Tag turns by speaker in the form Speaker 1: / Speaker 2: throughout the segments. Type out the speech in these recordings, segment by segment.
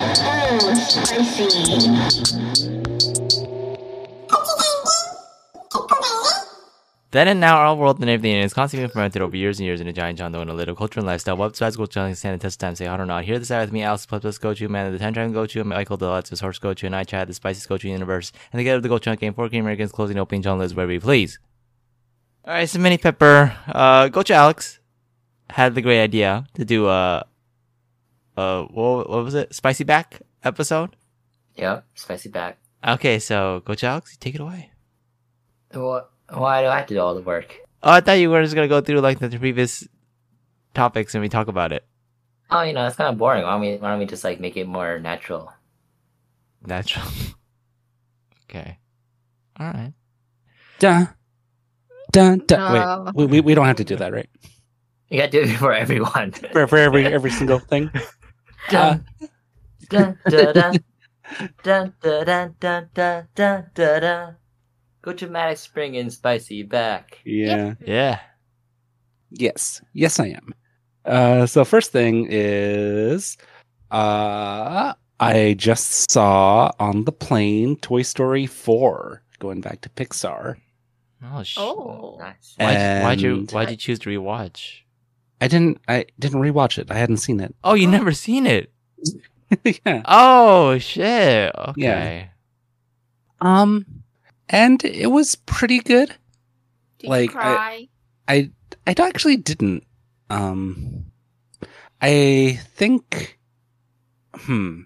Speaker 1: Oh, spicy.
Speaker 2: Then and now, our world, the name of the Indian, is constantly being fermented over years and years in a giant John Doe and a little culture and lifestyle. What besides Gochujang can stand the test of time? Say hot or not. Here this hour with me, Alex Plus Plus Gochu, man of the Ten Dragon Gochu, Michael Deluxe, his horse Gochu, and I chat the spiciest Gochu universe. And together with the Gochujang game, four Korean Americans closing opening John Liz wherever you please. All right, so Mini Pepper, uh, Gochu Alex had the great idea to do a, uh, what, what was it? Spicy back episode.
Speaker 3: Yep, spicy back.
Speaker 2: Okay, so Gochu Alex, you take it away.
Speaker 3: What? Why do I have to do all the work?
Speaker 2: Oh, I thought you were just gonna go through like the previous topics and we talk about it.
Speaker 3: Oh, you know, it's kind of boring. Why don't we? Why don't we just like make it more natural?
Speaker 2: Natural. okay. All right.
Speaker 4: Dun, dun, dun.
Speaker 5: Uh,
Speaker 4: Wait, we, we, we don't have to do that, right?
Speaker 3: You gotta do it for everyone.
Speaker 4: For, for every every single thing. Uh,
Speaker 3: dun, dun, dun, dun, dun, dun, dun, dun, dun, dun, dun. Go to Maddox Spring and spicy back.
Speaker 4: yeah.
Speaker 2: Yeah.
Speaker 4: Yes, yes, I am. Uh, so first thing is, uh, I just saw on the plane Toy Story four. Going back to Pixar,
Speaker 2: Oh sh.
Speaker 5: oh,
Speaker 3: Nice.
Speaker 2: Why'd,
Speaker 4: Eh,
Speaker 2: you- why'd you
Speaker 4: And-
Speaker 2: Why'd you choose to rewatch?
Speaker 4: I didn't. I didn't rewatch it. I hadn't seen it.
Speaker 2: Oh, you never seen it.
Speaker 4: yeah.
Speaker 2: Oh shit. Okay.
Speaker 4: Um, and it was pretty good.
Speaker 5: did
Speaker 4: Like, I-
Speaker 5: you cry?
Speaker 4: I I d- actually didn't. Um, I think. Hmm.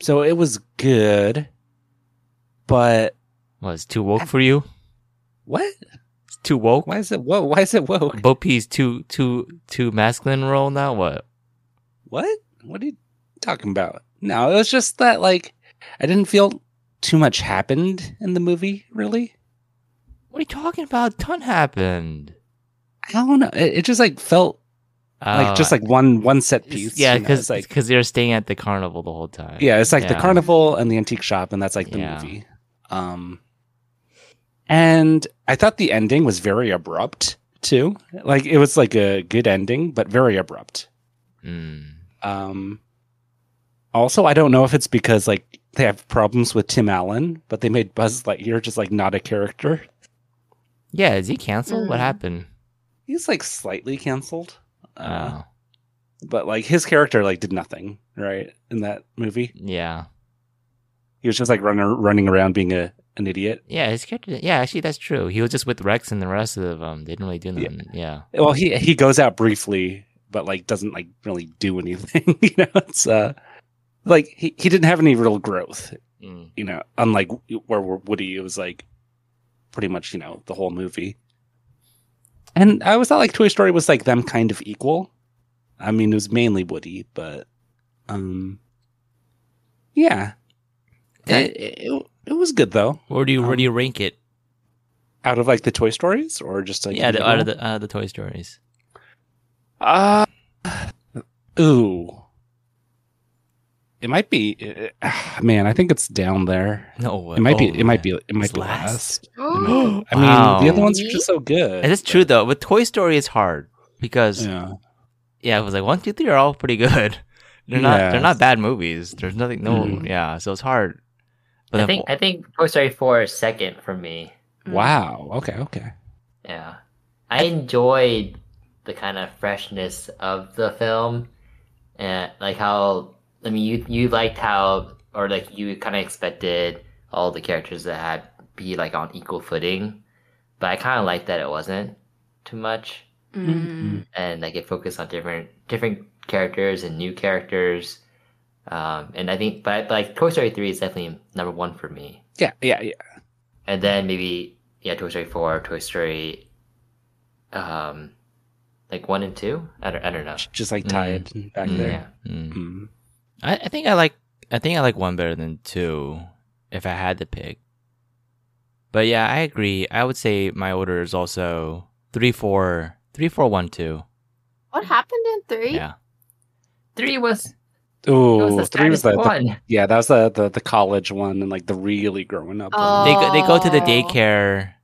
Speaker 4: So it was good, but
Speaker 2: Was too woke for you?
Speaker 4: what?
Speaker 2: It's too woke.
Speaker 4: Why is it whoa? Why is it whoa?
Speaker 2: Bo Peep's too too too masculine role now. What?
Speaker 4: What? What are you talking about? No, it was just that like I didn't feel too much happened in the movie. Really,
Speaker 2: What are you talking about? Ton happened.
Speaker 4: I don't know. It, it just like felt like
Speaker 2: Oh,
Speaker 4: just like one one set piece.
Speaker 2: Yeah,
Speaker 4: you know?
Speaker 2: because
Speaker 4: It's like
Speaker 2: they're staying at the carnival the whole time.
Speaker 4: Yeah, it's like the
Speaker 2: Yeah.
Speaker 4: carnival and the antique shop, and that's like the
Speaker 2: Yeah.
Speaker 4: movie. Um, and I thought the ending was very abrupt too. Like it was like a good ending, but very abrupt.
Speaker 2: Mm.
Speaker 4: Um, also, I don't know if it's because like they have problems with Tim Allen, but they made Buzz Lightyear just like not a character.
Speaker 2: Yeah, is he canceled? What
Speaker 5: Mm.
Speaker 2: happened?
Speaker 4: He's like slightly canceled, uh,
Speaker 2: oh,
Speaker 4: but like his character like did nothing right in that movie.
Speaker 2: yeah,
Speaker 4: He was just like running running around being a an idiot.
Speaker 2: yeah. His character. Yeah, actually, that's true. He was just with Rex and the rest of them. They didn't really do
Speaker 4: Yeah.
Speaker 2: nothing. Yeah.
Speaker 4: well he he goes out briefly but like doesn't like really do anything you know it's uh like he, he didn't have any real growth
Speaker 2: Mm.
Speaker 4: you know unlike where woody was like pretty much you know the whole movie and i always thought like toy story was like them kind of equal i mean it was mainly woody but um yeah
Speaker 2: Okay.
Speaker 4: it, it, it was good though
Speaker 2: Where do you Where
Speaker 4: Um,
Speaker 2: do you rank it?
Speaker 4: out of like the toy stories or just like
Speaker 2: yeah,
Speaker 4: in
Speaker 2: the, out
Speaker 4: general?
Speaker 2: of the uh, the Toy Stories.
Speaker 4: Uh, ooh. It might be, uh, man. I think it's down there.
Speaker 2: No, way.
Speaker 4: It might be.
Speaker 2: Oh,
Speaker 4: It might
Speaker 2: man.
Speaker 4: be. It might
Speaker 2: It's
Speaker 4: be last. It
Speaker 2: last.
Speaker 4: might be- I mean,
Speaker 2: Wow.
Speaker 4: the other ones are just so good.
Speaker 2: And it's true though. With Toy Story, it's hard because yeah,
Speaker 4: Yeah.
Speaker 2: it was like one, two, three are all pretty good. They're not.
Speaker 4: Yeah.
Speaker 2: They're not bad movies. There's nothing. No.
Speaker 4: Mhm.
Speaker 2: Yeah. So it's hard.
Speaker 3: I
Speaker 2: But then-
Speaker 3: think I think Toy Story Four is second for me.
Speaker 4: Mm. Wow. Okay. Okay.
Speaker 3: Yeah, I enjoyed the kind of freshness of the film, and like how I mean, you you liked how or like you kind of expected all the characters to have be like on equal footing, but I kind of liked that it wasn't too much,
Speaker 4: Mm-hmm.
Speaker 5: Mm.
Speaker 3: and like it focused on different different characters and new characters. Um, and I think, but, but like Toy Story Three is definitely number one for me.
Speaker 4: Yeah. Yeah. Yeah.
Speaker 3: and then maybe yeah, Toy Story four, Toy Story, um, like one and two. I don't, I don't know.
Speaker 4: Just like tied back
Speaker 2: Mm.
Speaker 4: there.
Speaker 3: Yeah,
Speaker 2: Mm.
Speaker 4: Mm.
Speaker 2: I, I think I like I think I like one better than two if I had to pick. But yeah, I agree. I would say my order is also three four three four one two.
Speaker 5: What happened in three?
Speaker 2: Yeah.
Speaker 3: Three was, it was
Speaker 4: Ooh,
Speaker 3: the
Speaker 4: three was
Speaker 3: saddest
Speaker 4: the, the-
Speaker 3: one.
Speaker 4: yeah, that was the, the the college one and like the really growing up.
Speaker 5: Oh.
Speaker 4: one.
Speaker 2: They go, they go to the
Speaker 5: Oh.
Speaker 2: daycare,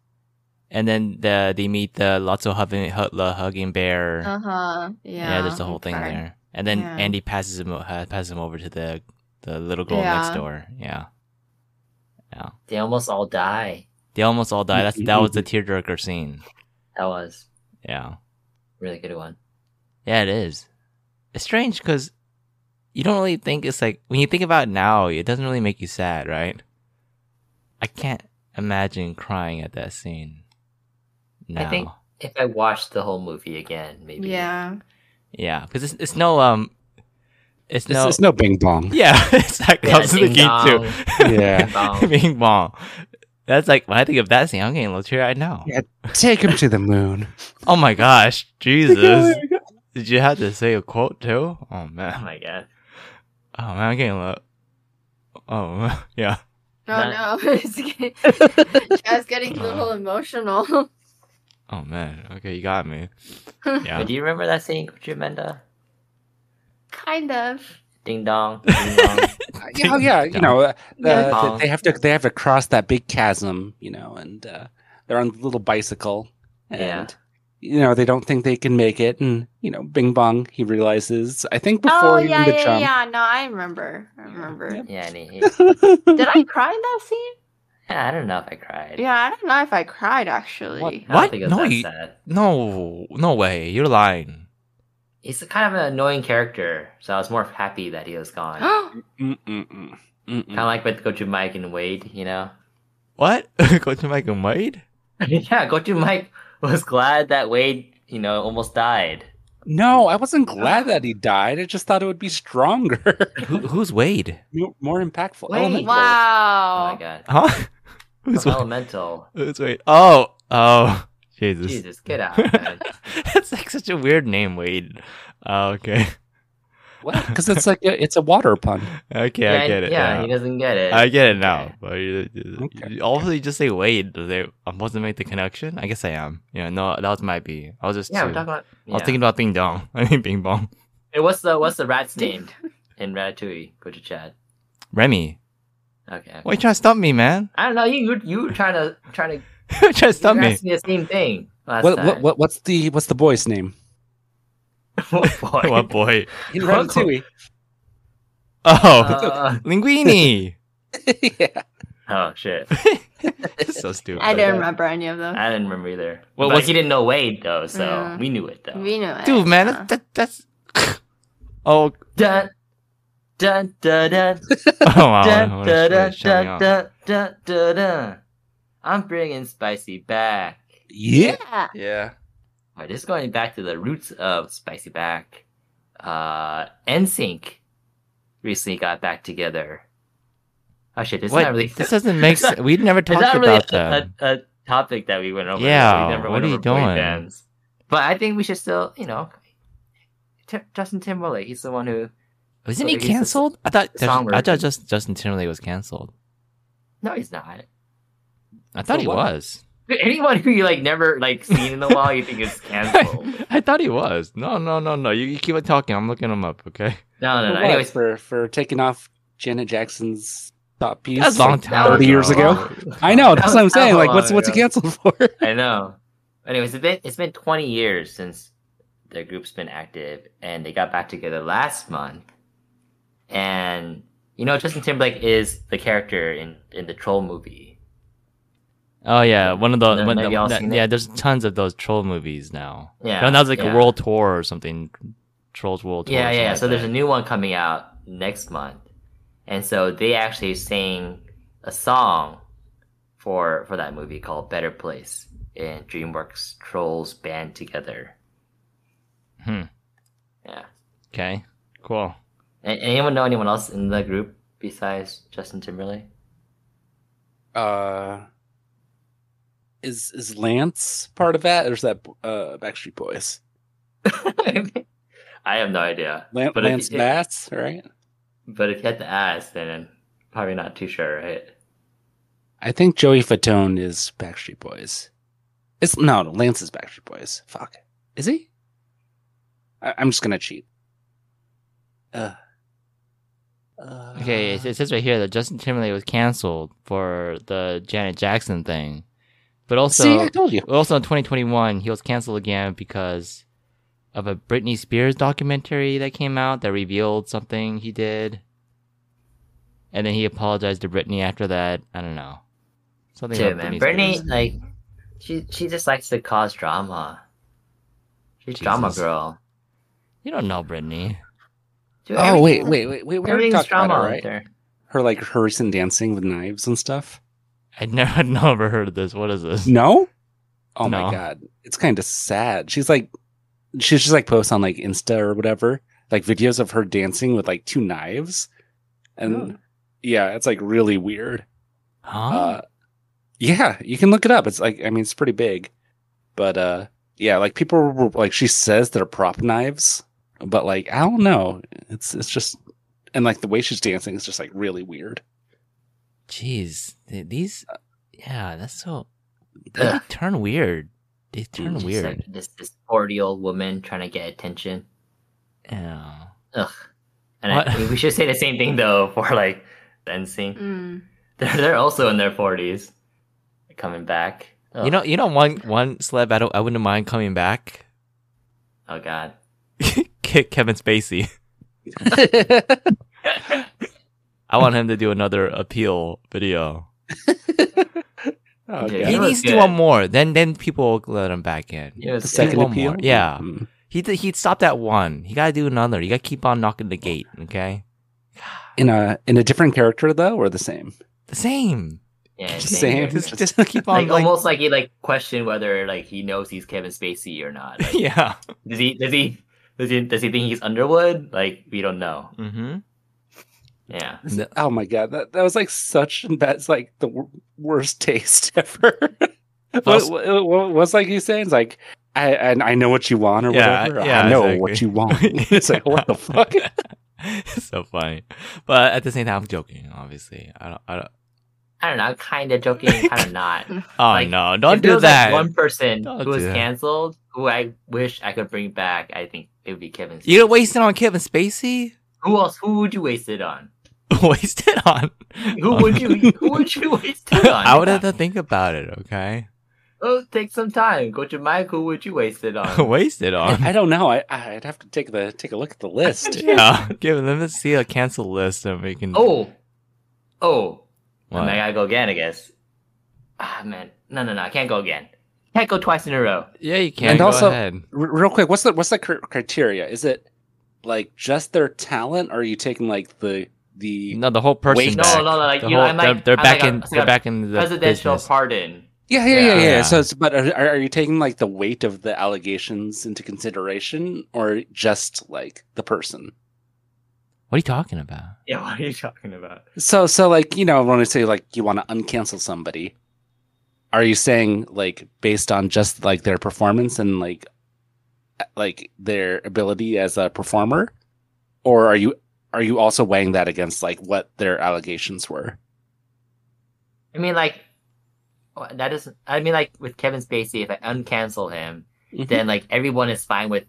Speaker 2: and then the they meet the lots of hugging hu- the hugging bear.
Speaker 5: Uh huh. Yeah.
Speaker 2: yeah, there's the whole thing
Speaker 5: okay.
Speaker 2: there, and then
Speaker 5: Yeah.
Speaker 2: Andy passes him o- uh, passes him over to the the little girl next
Speaker 5: Yeah.
Speaker 2: door. Yeah,
Speaker 3: They almost all die.
Speaker 2: they almost all die. That's that was the tearjerker scene.
Speaker 3: That was
Speaker 2: Yeah.
Speaker 3: a really good one.
Speaker 2: Yeah, it is. It's strange because you don't really think it's like when you think about it now, it doesn't really make you sad, right? I can't imagine crying at that scene. No.
Speaker 3: I think- If I watched the whole movie again, maybe.
Speaker 5: Yeah.
Speaker 2: Yeah, because it's, it's no um, it's
Speaker 4: It's,
Speaker 2: no
Speaker 4: it's no bing bong.
Speaker 2: yeah. Exactly. I
Speaker 3: Yeah,
Speaker 2: was thinking
Speaker 3: ding-dong.
Speaker 2: too.
Speaker 4: Yeah.
Speaker 3: Ding-dong.
Speaker 2: Bing bong. That's like when I think of that scene, I'm getting a little teary. I know.
Speaker 4: Yeah. Take him to the moon.
Speaker 2: Oh my gosh, Jesus! Did you have to say a quote too? Oh
Speaker 3: Oh
Speaker 2: man.
Speaker 3: my god.
Speaker 2: Oh man, I'm getting a little. Oh yeah.
Speaker 5: Oh no. It's getting- Chad's getting a little emotional.
Speaker 2: Oh man. Okay, you got me.
Speaker 3: But
Speaker 2: Yeah.
Speaker 3: do you remember that scene, Jamenda?
Speaker 5: kind of.
Speaker 3: Ding dong, ding dong.
Speaker 4: Yeah, oh, yeah, you know, uh, the,
Speaker 5: Yeah.
Speaker 4: the- they have to they have to cross that big chasm, you know, and uh, they're on the little bicycle, and
Speaker 3: Yeah.
Speaker 4: you know they don't think they can make it, and you know, Bing Bong he realizes I think before
Speaker 5: oh
Speaker 4: even
Speaker 5: yeah,
Speaker 4: the
Speaker 5: yeah,
Speaker 4: jump,
Speaker 5: yeah. No, I remember. I remember.
Speaker 4: Yep.
Speaker 3: yeah, and he, he-
Speaker 5: Did I cry in that scene?
Speaker 3: I don't know if I cried.
Speaker 5: Yeah, I don't know if I cried actually.
Speaker 3: I don't
Speaker 2: What?
Speaker 3: think it was
Speaker 2: No,
Speaker 3: that
Speaker 2: you-
Speaker 3: sad.
Speaker 2: No, no way. You're lying.
Speaker 3: He's a kind of an annoying character, so I was more happy that he was gone. kind
Speaker 4: Mm-mm-mm. Mm-mm.
Speaker 3: of like with Go to Mike and Wade, you know?
Speaker 2: What? Go to Mike and Wade?
Speaker 3: yeah, Go to Mike was glad that Wade, you know, almost died.
Speaker 4: No, I wasn't glad that he died. I just thought it would be stronger,
Speaker 2: Who, who's Wade?
Speaker 4: more more impactful.
Speaker 3: Wait, Oh,
Speaker 4: Elemental.
Speaker 3: my
Speaker 5: wow.
Speaker 3: god.
Speaker 2: Huh? Who's
Speaker 3: From
Speaker 2: Wade?
Speaker 3: Elemental.
Speaker 2: Who's Wade? Oh, oh, Jesus.
Speaker 3: Jesus, get out, man.
Speaker 2: That's like such a weird name, Wade. Oh, okay.
Speaker 4: Because it's like a, it's a water pun.
Speaker 2: Okay,
Speaker 3: yeah,
Speaker 2: I get it.
Speaker 3: Yeah,
Speaker 2: now.
Speaker 3: he doesn't get it.
Speaker 2: I get it now.
Speaker 3: Okay.
Speaker 2: But you, you,
Speaker 4: Okay.
Speaker 2: you- also, you just say Wade. Was I- I'm supposed to make the connection? I guess I am. Yeah, no, that was might be. I was just.
Speaker 3: yeah,
Speaker 2: too-
Speaker 3: we're talking about.
Speaker 2: I was thinking about Bing Dong. I mean, Bing Bong.
Speaker 3: Hey, what's the what's the rat's name in Ratatouille? Go to Chad.
Speaker 2: Remy,
Speaker 3: Okay. okay.
Speaker 2: why you trying to stump me, man?
Speaker 3: I don't know. You you you were trying to trying to
Speaker 2: you trying to
Speaker 3: you
Speaker 2: stump
Speaker 3: were
Speaker 2: me.
Speaker 3: asking me the same thing last
Speaker 4: What,
Speaker 3: time.
Speaker 4: what what what's the what's the boy's name?
Speaker 3: what boy?
Speaker 2: What boy?
Speaker 4: In
Speaker 3: Coco.
Speaker 4: Ratatouille.
Speaker 2: Oh,
Speaker 3: Uh,
Speaker 2: linguini.
Speaker 4: yeah.
Speaker 3: oh shit!
Speaker 2: so stupid.
Speaker 5: I don't remember any of them.
Speaker 3: I didn't remember either.
Speaker 2: Well,
Speaker 3: Well,
Speaker 2: what's-
Speaker 3: he didn't know Wade though, so
Speaker 5: Yeah.
Speaker 3: we knew it though.
Speaker 5: We know it.
Speaker 2: Dude, man,
Speaker 3: Uh-huh.
Speaker 5: yeah.
Speaker 2: that, that, that's. Oh,
Speaker 3: Dun dun dun dun
Speaker 2: oh wow.
Speaker 3: dun dun
Speaker 2: what a- what a
Speaker 3: dun
Speaker 2: shouting
Speaker 3: dun
Speaker 2: out.
Speaker 3: dun dun dun. dun. I'm bringing spicy back.
Speaker 4: Yeah.
Speaker 5: Yeah.
Speaker 4: Yeah.
Speaker 3: All right, this is going back to the roots of Spicy Back. Uh, NSYNC recently got back together. Oh shit, this is
Speaker 2: What?
Speaker 3: not really.
Speaker 2: This doesn't make sense. We never
Speaker 3: it's
Speaker 2: talked
Speaker 3: not
Speaker 2: about
Speaker 3: really
Speaker 2: them.
Speaker 3: a, a, a topic that we went over. so
Speaker 2: Yeah,
Speaker 3: we never
Speaker 2: what
Speaker 3: went
Speaker 2: are
Speaker 3: over
Speaker 2: you
Speaker 3: boy
Speaker 2: doing?
Speaker 3: bands. But I think we should still, you know, T- Justin Timberlake. He's the one who.
Speaker 2: Wasn't
Speaker 3: so
Speaker 2: he
Speaker 3: he's a s-
Speaker 2: canceled? I thought.
Speaker 3: songwriter.
Speaker 2: I thought just Justin Timberlake was canceled.
Speaker 3: No, he's not.
Speaker 2: I thought
Speaker 4: For
Speaker 2: he
Speaker 4: what?
Speaker 2: was.
Speaker 3: Anyone who you like never like seen in a while, you think is canceled.
Speaker 2: I, thought he was. No, no, no, no. You, you keep on talking. I'm looking him up. Okay.
Speaker 3: No, no, no.
Speaker 4: For what?
Speaker 3: Uh, Anyways,
Speaker 4: for for taking off Janet Jackson's top piece.
Speaker 2: That was a long time.
Speaker 3: Thirty
Speaker 2: ago.
Speaker 4: years ago? I know. That's what I'm saying. Like, what's what's it
Speaker 3: That
Speaker 4: canceled for?
Speaker 3: I know. Anyways, it's been it's been 20 years since the group's been active, and they got back together last month. And you know, Justin Timberlake is the character in in the Troll movie.
Speaker 2: Oh yeah, one of the,
Speaker 3: No,
Speaker 2: one
Speaker 3: maybe
Speaker 2: the-
Speaker 3: I'll
Speaker 2: that-
Speaker 3: see that.
Speaker 2: yeah. There's tons of those troll movies now.
Speaker 3: Yeah,
Speaker 2: No, that was like
Speaker 3: yeah.
Speaker 2: a world tour or something. Trolls world tour.
Speaker 3: Yeah,
Speaker 2: or something
Speaker 3: yeah.
Speaker 2: like
Speaker 3: So there's a
Speaker 2: that.
Speaker 3: new one coming out next month, and so they actually sang a song for for that movie called Better Place, and DreamWorks Trolls band together.
Speaker 2: Hmm.
Speaker 3: Yeah.
Speaker 2: okay. Cool.
Speaker 3: A- anyone know anyone else in the group besides Justin Timberlake?
Speaker 4: Uh, is is Lance part of that, or is that uh, Backstreet Boys?
Speaker 3: I have no idea.
Speaker 4: Lan-
Speaker 3: But if-
Speaker 4: Lance
Speaker 3: if-
Speaker 4: Bass, right?
Speaker 3: But if you had to ask, then probably not too sure, right?
Speaker 4: I think Joey Fatone is Backstreet Boys. It's no, no, Lance is Backstreet Boys. Fuck, is he? I, I'm just gonna cheat. Uh, uh,
Speaker 2: Okay, it, it says right here that Justin Timberlake was canceled for the Janet Jackson thing, but also
Speaker 4: see, I told you.
Speaker 2: also in 2021 he was canceled again because of a Britney Spears documentary that came out that revealed something he did, and then he apologized to Britney after that. I don't know something.
Speaker 3: Dude,
Speaker 2: about
Speaker 3: man,
Speaker 2: Britney
Speaker 3: Brittany,
Speaker 2: Spears.
Speaker 3: like, she she just likes to cause drama. She's drama
Speaker 2: Jesus.
Speaker 3: girl.
Speaker 2: you don't know Britney.
Speaker 3: Dude,
Speaker 4: Oh wait,
Speaker 3: everything-
Speaker 4: wait, wait, wait. We already
Speaker 3: everything's
Speaker 4: talked
Speaker 3: drama
Speaker 4: about it,
Speaker 3: out
Speaker 4: right?
Speaker 3: there.
Speaker 4: Her like hers and dancing with knives and stuff.
Speaker 2: I'd never, I'd never heard of this. What is this?
Speaker 4: No. Oh
Speaker 2: No.
Speaker 4: my god, it's kind of sad. She's like, she's just like posts on like Insta or whatever, like videos of her dancing with like two knives, and
Speaker 2: Oh.
Speaker 4: yeah, it's like really weird.
Speaker 2: Huh?
Speaker 4: Uh, yeah, you can look it up. It's like I mean, it's pretty big, but uh, yeah, like people were like she says they're prop knives, but like I don't know. It's it's just and like the way she's dancing is just like really weird.
Speaker 2: Jeez, th- these. Yeah, that's so. They turn weird. They turn
Speaker 3: She's
Speaker 2: weird.
Speaker 3: like this this forty old woman trying to get attention.
Speaker 2: yeah.
Speaker 3: Ugh. And I,
Speaker 2: What?
Speaker 3: we should say the same thing though for like the NSYNC.
Speaker 5: Mm.
Speaker 3: They're they're also in their forties, coming back. Ugh.
Speaker 2: You know, you know, one one celeb I don't, I wouldn't mind coming back.
Speaker 3: Oh god.
Speaker 2: Ke- Kevin Spacey. I want him to do another appeal video.
Speaker 4: Oh,
Speaker 3: Yeah.
Speaker 4: God.
Speaker 2: He
Speaker 3: That was
Speaker 2: needs to do
Speaker 3: good.
Speaker 2: one more. Then then people will let him back in.
Speaker 3: It was good.
Speaker 4: The second
Speaker 2: one
Speaker 4: appeal,
Speaker 2: more, yeah.
Speaker 4: Mm.
Speaker 2: He did, he stopped at one. You gotta do another. You gotta keep on knocking the gate. Okay,
Speaker 4: In a in a different character though, or the same?
Speaker 2: the same.
Speaker 3: Yeah,
Speaker 4: Just
Speaker 3: same.
Speaker 4: saying.
Speaker 3: here.
Speaker 2: Just just keep on
Speaker 3: Like,
Speaker 2: like,
Speaker 3: almost like he like questioned whether like he knows he's Kevin Spacey or not. Like,
Speaker 2: yeah.
Speaker 3: does he does he does he does he think he's Underwood? Like we don't know.
Speaker 2: Mm-hmm.
Speaker 3: Yeah.
Speaker 2: The-
Speaker 4: Oh my god, that, that was like such that's like the wor- worst taste ever. what,
Speaker 2: Plus-
Speaker 4: what, what- what's like you saying? It's like I and I know what you want or
Speaker 2: Yeah,
Speaker 4: whatever.
Speaker 2: yeah,
Speaker 4: I know what
Speaker 2: exactly.
Speaker 4: you want. it's like what the fuck?
Speaker 2: so funny, but at the same time, I'm joking. Obviously, I don't. I don't
Speaker 3: I don't know. Kind of joking, kind of not.
Speaker 2: oh
Speaker 3: Like,
Speaker 2: no!
Speaker 3: If
Speaker 2: Don't
Speaker 3: there
Speaker 2: do
Speaker 3: was, like,
Speaker 2: that.
Speaker 3: one person
Speaker 2: Don't
Speaker 3: who was
Speaker 2: do that.
Speaker 3: canceled, who I wish I could bring back, I think it would be Kevin.
Speaker 2: You're
Speaker 3: Spacey.
Speaker 2: wasting on Kevin Spacey.
Speaker 3: Who else? Who would you waste it on?
Speaker 2: wasted on.
Speaker 3: Who
Speaker 2: Oh.
Speaker 3: would you? Who would you waste it on?
Speaker 2: I would have to think about it. Okay,
Speaker 3: Oh, take some time. Go to Mike. Who would you waste it on?
Speaker 2: wasted on.
Speaker 4: I, I don't know. I I'd have to take the take a look at the list.
Speaker 2: Um, yeah, give let me see a cancel list and we can.
Speaker 3: oh, oh.
Speaker 2: What?
Speaker 3: I gotta go again. I guess. Ah man, no, no, no. I can't go again. Can't go twice in a row.
Speaker 2: yeah, you can.
Speaker 4: And
Speaker 2: go
Speaker 4: also-
Speaker 2: ahead.
Speaker 4: R- real quick, what's the what's the cr- criteria? Is it like just their talent, or are you taking like the the
Speaker 2: no, the whole person.
Speaker 4: Wait,
Speaker 3: No,
Speaker 2: back.
Speaker 3: no, no. Like
Speaker 2: The
Speaker 3: you know,
Speaker 2: whole-
Speaker 3: I'm like
Speaker 2: they're, they're
Speaker 3: I'm
Speaker 2: back
Speaker 3: like
Speaker 2: in.
Speaker 3: a-
Speaker 2: they're back in the
Speaker 3: presidential
Speaker 2: business.
Speaker 3: pardon.
Speaker 4: Yeah, yeah, yeah,
Speaker 2: Yeah.
Speaker 4: yeah.
Speaker 2: Yeah.
Speaker 4: So, it's, but are, are are you taking like the weight of the allegations into consideration, or just like the person?
Speaker 2: What are you talking about?
Speaker 3: Yeah, what are you talking about?
Speaker 4: So, so like you know, when I say like you want to uncancel somebody, are you saying like based on just like their performance and like uh, like their ability as a performer, or are you are you also weighing that against like what their allegations were?
Speaker 3: I mean, like oh, that is. I mean, like with Kevin Spacey, if I uncancel him, then like everyone is fine with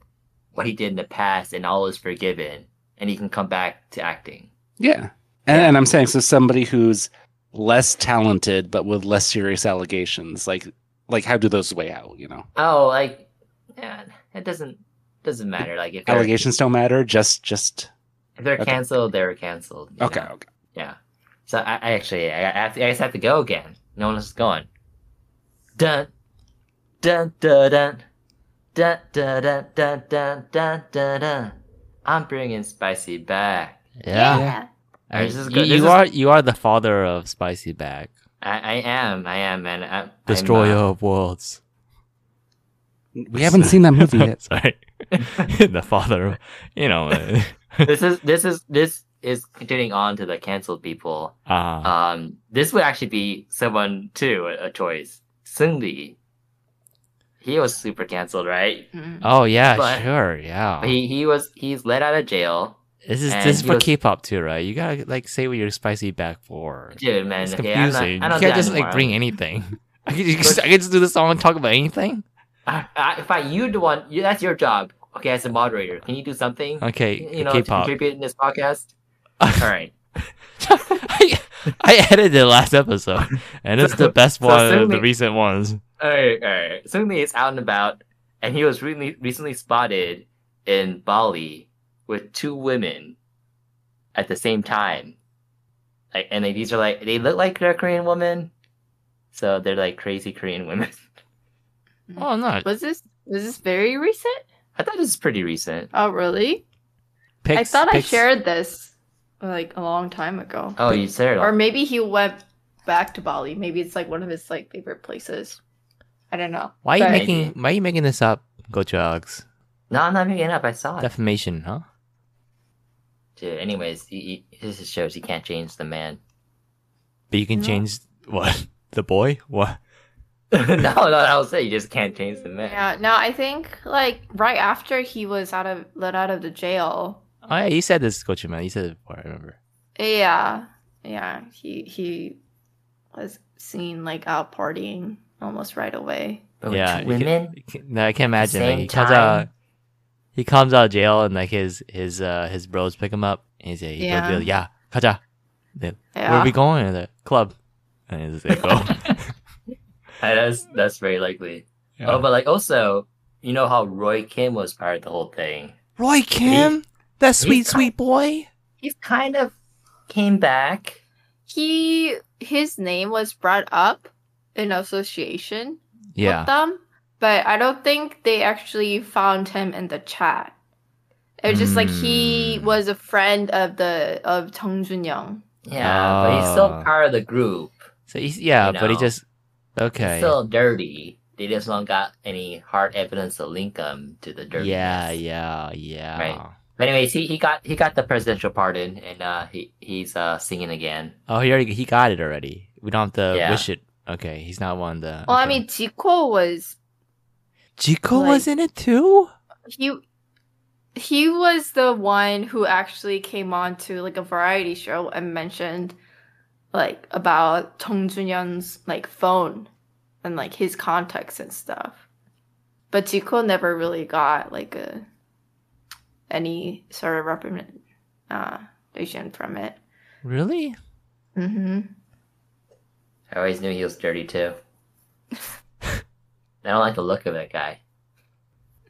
Speaker 3: what he did in the past, and all is forgiven, and he can come back to acting.
Speaker 4: Yeah. And, and I'm saying so somebody who's less talented but with less serious allegations, like like how do those weigh out, you know?
Speaker 3: Oh, like yeah, it doesn't doesn't matter. Like if they're, if
Speaker 4: Allegations don't matter, just just
Speaker 3: they're
Speaker 4: okay.
Speaker 3: canceled, they're canceled. you
Speaker 4: Okay,
Speaker 3: know?
Speaker 4: okay.
Speaker 3: Yeah. So I, I actually I, I, have to, I just have to go again. No one else is going. Dun dun dun dun dun dun dun dun dun dun dun. dun. I'm bringing spicy back.
Speaker 5: Yeah.
Speaker 2: I mean,
Speaker 3: This is
Speaker 2: you,
Speaker 3: good.
Speaker 2: you
Speaker 3: This is-
Speaker 2: are you are the father of spicy bag,
Speaker 3: I, I am. I am, man. I,
Speaker 2: destroyer
Speaker 3: I'm, uh,
Speaker 2: of worlds.
Speaker 4: We haven't seen that movie yet.
Speaker 2: Sorry, the father. Of, you know. uh,
Speaker 3: this is this is this is continuing on to the canceled people.
Speaker 2: Uh,
Speaker 3: Um, this would actually be someone too a, a choice. Sung Lee. He was super canceled, right?
Speaker 5: Mm.
Speaker 2: oh yeah,
Speaker 3: but-
Speaker 2: sure, yeah.
Speaker 3: He he was he's let out of jail
Speaker 2: This is
Speaker 3: And
Speaker 2: this is
Speaker 3: he
Speaker 2: for
Speaker 3: was-
Speaker 2: K-pop too, right? You gotta like say what you're spicy back for.
Speaker 3: Dude, man,
Speaker 2: It's
Speaker 3: okay, I'm not, I
Speaker 2: confusing.
Speaker 3: don't
Speaker 2: you
Speaker 3: do
Speaker 2: can't
Speaker 3: that
Speaker 2: just like
Speaker 3: anymore.
Speaker 2: bring anything. I can, just, I can just do this song and talk about anything.
Speaker 3: I, I, fine, ah, you the one. You, that's your job. Okay, as a moderator, can you do something?
Speaker 2: Okay,
Speaker 3: you know, to
Speaker 2: K-pop.
Speaker 3: contribute in this podcast. All right.
Speaker 2: I, I edited the last episode, and it's the best
Speaker 3: So
Speaker 2: one of
Speaker 3: send
Speaker 2: the
Speaker 3: me-
Speaker 2: recent ones.
Speaker 3: All right, all right. Suddenly is out and about, and he was really recently spotted in Bali with two women at the same time. Like, and they, these are like they look like they're Korean women, so they're like crazy Korean women.
Speaker 2: Oh no,
Speaker 5: Was this was this very recent?
Speaker 3: I thought this was pretty recent.
Speaker 5: Oh really?
Speaker 2: pics,
Speaker 5: I thought
Speaker 2: pics.
Speaker 5: I shared this like a long time ago.
Speaker 3: Oh, you said it.
Speaker 5: Or
Speaker 3: all.
Speaker 5: maybe he went back to Bali. Maybe it's like one of his like favorite places. I don't know.
Speaker 2: Why are you
Speaker 5: But-
Speaker 2: making Why are you making this up? Go Chugs.
Speaker 3: No, I'm not making it up. I saw it.
Speaker 2: Defamation, huh?
Speaker 3: Dude, anyways, he, he, this just shows you can't change the man.
Speaker 2: But you can
Speaker 5: No.
Speaker 2: change what the boy. What?
Speaker 3: no, no, I'll say you just can't change the man.
Speaker 5: Yeah, no, I think like right after he was out of let out of the jail.
Speaker 2: Oh yeah, you said this, Gochu man. You said it before. I remember.
Speaker 5: Yeah. Yeah, he he was seen like out partying almost right away.
Speaker 3: But with
Speaker 2: yeah,
Speaker 3: two
Speaker 2: you can-
Speaker 3: women.
Speaker 2: you can- no, I can't imagine. Like,
Speaker 3: same
Speaker 2: he comes
Speaker 3: time?
Speaker 2: out. He comes out of jail and like his his uh his bros pick him up. And he's like,
Speaker 5: Yeah.
Speaker 2: yeah, yeah, Kaja,
Speaker 5: Yeah.
Speaker 2: where are we going? And The club. And he's like, "Oh." go.
Speaker 3: Yeah, that's that's very likely.
Speaker 2: Yeah.
Speaker 3: Oh, but like also, you know how Roy Kim was part of the whole thing.
Speaker 2: Roy Kim, that sweet sweet boy.
Speaker 3: He's kind of came back.
Speaker 5: he his name was brought up in association
Speaker 2: Yeah.
Speaker 5: with them, but I don't think they actually found him in the chat. It was just like he
Speaker 2: Hmm.
Speaker 5: was a friend of the of Tong Junyoung.
Speaker 3: Yeah, but he's still
Speaker 2: Ah.
Speaker 3: part of the group.
Speaker 2: So he's yeah,
Speaker 3: You
Speaker 2: but he
Speaker 3: know.
Speaker 2: just
Speaker 3: He's
Speaker 2: okay.
Speaker 3: still dirty. They just don't got any hard evidence to link him to the dirty.
Speaker 2: Yeah, yeah, yeah.
Speaker 3: Right. But anyways, he, he got he got the presidential pardon and uh he he's uh singing again.
Speaker 2: Oh, he already he got it already. We don't have to
Speaker 3: Yeah.
Speaker 2: wish it. Okay, he's not one of the.
Speaker 5: Well, I
Speaker 2: okay.
Speaker 5: mean, Jiko was
Speaker 2: Chico
Speaker 5: like-
Speaker 2: was in it too.
Speaker 5: he he was the one who actually came on to like a variety show and mentioned like about Tong Junyoun's like phone and like his contacts and stuff. But Jiko never really got like a any sort of representation from it.
Speaker 2: Really?
Speaker 5: Mm-hmm.
Speaker 3: I always knew he was dirty too. I don't like the look of that guy.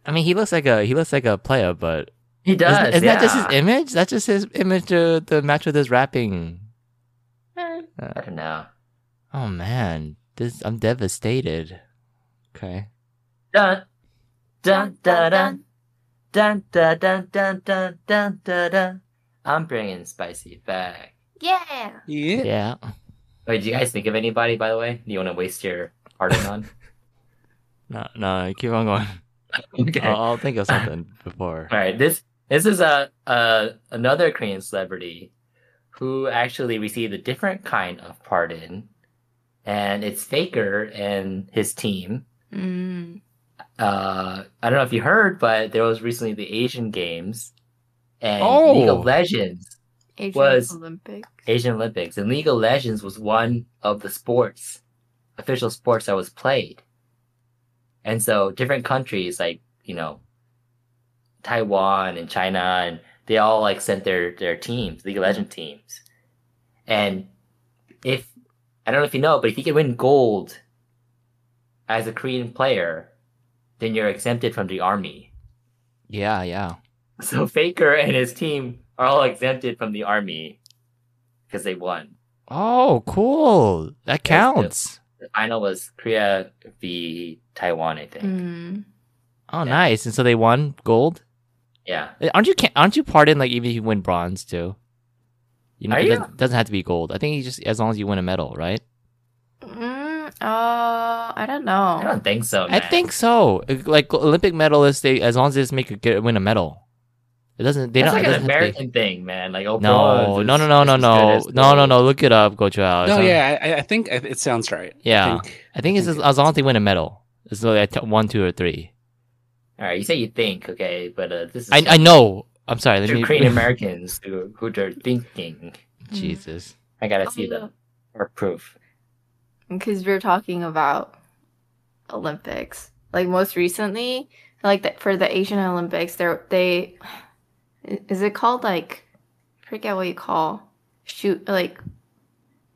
Speaker 2: I mean, he looks like a he looks like a player, but
Speaker 3: He does.
Speaker 2: isn't, isn't that just his
Speaker 3: yeah.
Speaker 2: image? That's just his image to to match with his rapping.
Speaker 3: I don't know.
Speaker 2: Oh man, this I'm devastated. Okay.
Speaker 3: dun dun dun dun dun dun dun dun dun dun dun dun. I'm bringing spicy back.
Speaker 5: Yeah.
Speaker 4: Yeah.
Speaker 2: Yeah.
Speaker 3: Wait, do you guys think of anybody? By the way, do you want to waste your pardon on?
Speaker 2: No, no, keep on going.
Speaker 3: okay.
Speaker 2: I'll, I'll think of something before.
Speaker 3: All right. This this is a, a another Korean celebrity who actually received a different kind of pardon, and it's Faker and his team.
Speaker 5: Mm.
Speaker 3: uh, I don't know if you heard, but there was recently the Asian Games and
Speaker 2: Oh.
Speaker 3: League of Legends,
Speaker 5: Asian
Speaker 3: Was-
Speaker 5: Olympics.
Speaker 3: Asian Olympics, and League of Legends was one of the sports, official sports that was played. And so different countries like, you know, Taiwan and China, and they all like sent their, their teams, League of Legends teams. And if, I don't know if you know, but if you can win gold as a Korean player, then you're exempted from the army.
Speaker 2: Yeah, yeah.
Speaker 3: So Faker and his team are all exempted from the army because they won.
Speaker 2: Oh, cool.
Speaker 3: Yes, yes.
Speaker 2: That counts.
Speaker 3: The final was Korea v Taiwan, I think.
Speaker 5: Mm.
Speaker 2: Oh,
Speaker 3: Yeah.
Speaker 2: nice. And so they won gold.
Speaker 3: Yeah.
Speaker 2: Uh, Aren't you? ca- Aren't you pardoned? Like even if you win bronze too. You know,
Speaker 3: Are
Speaker 2: it
Speaker 3: you?
Speaker 2: Doesn't, doesn't have to be gold. I think you just as long as you win a medal, right?
Speaker 5: Mm, uh, I don't know.
Speaker 3: I don't think so.
Speaker 2: I
Speaker 3: Oh, man.
Speaker 2: think so. Uh, Like Olympic medalists, they as long as they just make a get win a medal. It doesn't. They
Speaker 3: That's like
Speaker 2: don't. it
Speaker 3: an
Speaker 2: doesn't have to be-
Speaker 3: American thing, man. Like, oh,
Speaker 2: No,
Speaker 3: bronze
Speaker 2: no,
Speaker 3: is-
Speaker 2: no, no,
Speaker 3: is
Speaker 2: no,
Speaker 3: as good
Speaker 2: no,
Speaker 3: as
Speaker 2: no, no,
Speaker 3: gold.
Speaker 2: no. Look it up, Go Chow.
Speaker 4: No, yeah, I, I think I- it sounds right.
Speaker 2: Oh, Yeah.
Speaker 4: I think,
Speaker 2: I think it's as, as long as they win a medal. It's like a t- one, two, or three.
Speaker 3: All right, you say you think, okay, but uh, this is.
Speaker 2: I, I know. I'm sorry. Let
Speaker 3: to
Speaker 2: me.
Speaker 3: Korean Americans who who are thinking.
Speaker 2: Jesus.
Speaker 3: I gotta see them
Speaker 5: Oh.
Speaker 3: or proof.
Speaker 5: because we're talking about Olympics. Like most recently, like the, for the Asian Olympics, they they is it called like I forget what you call shoot like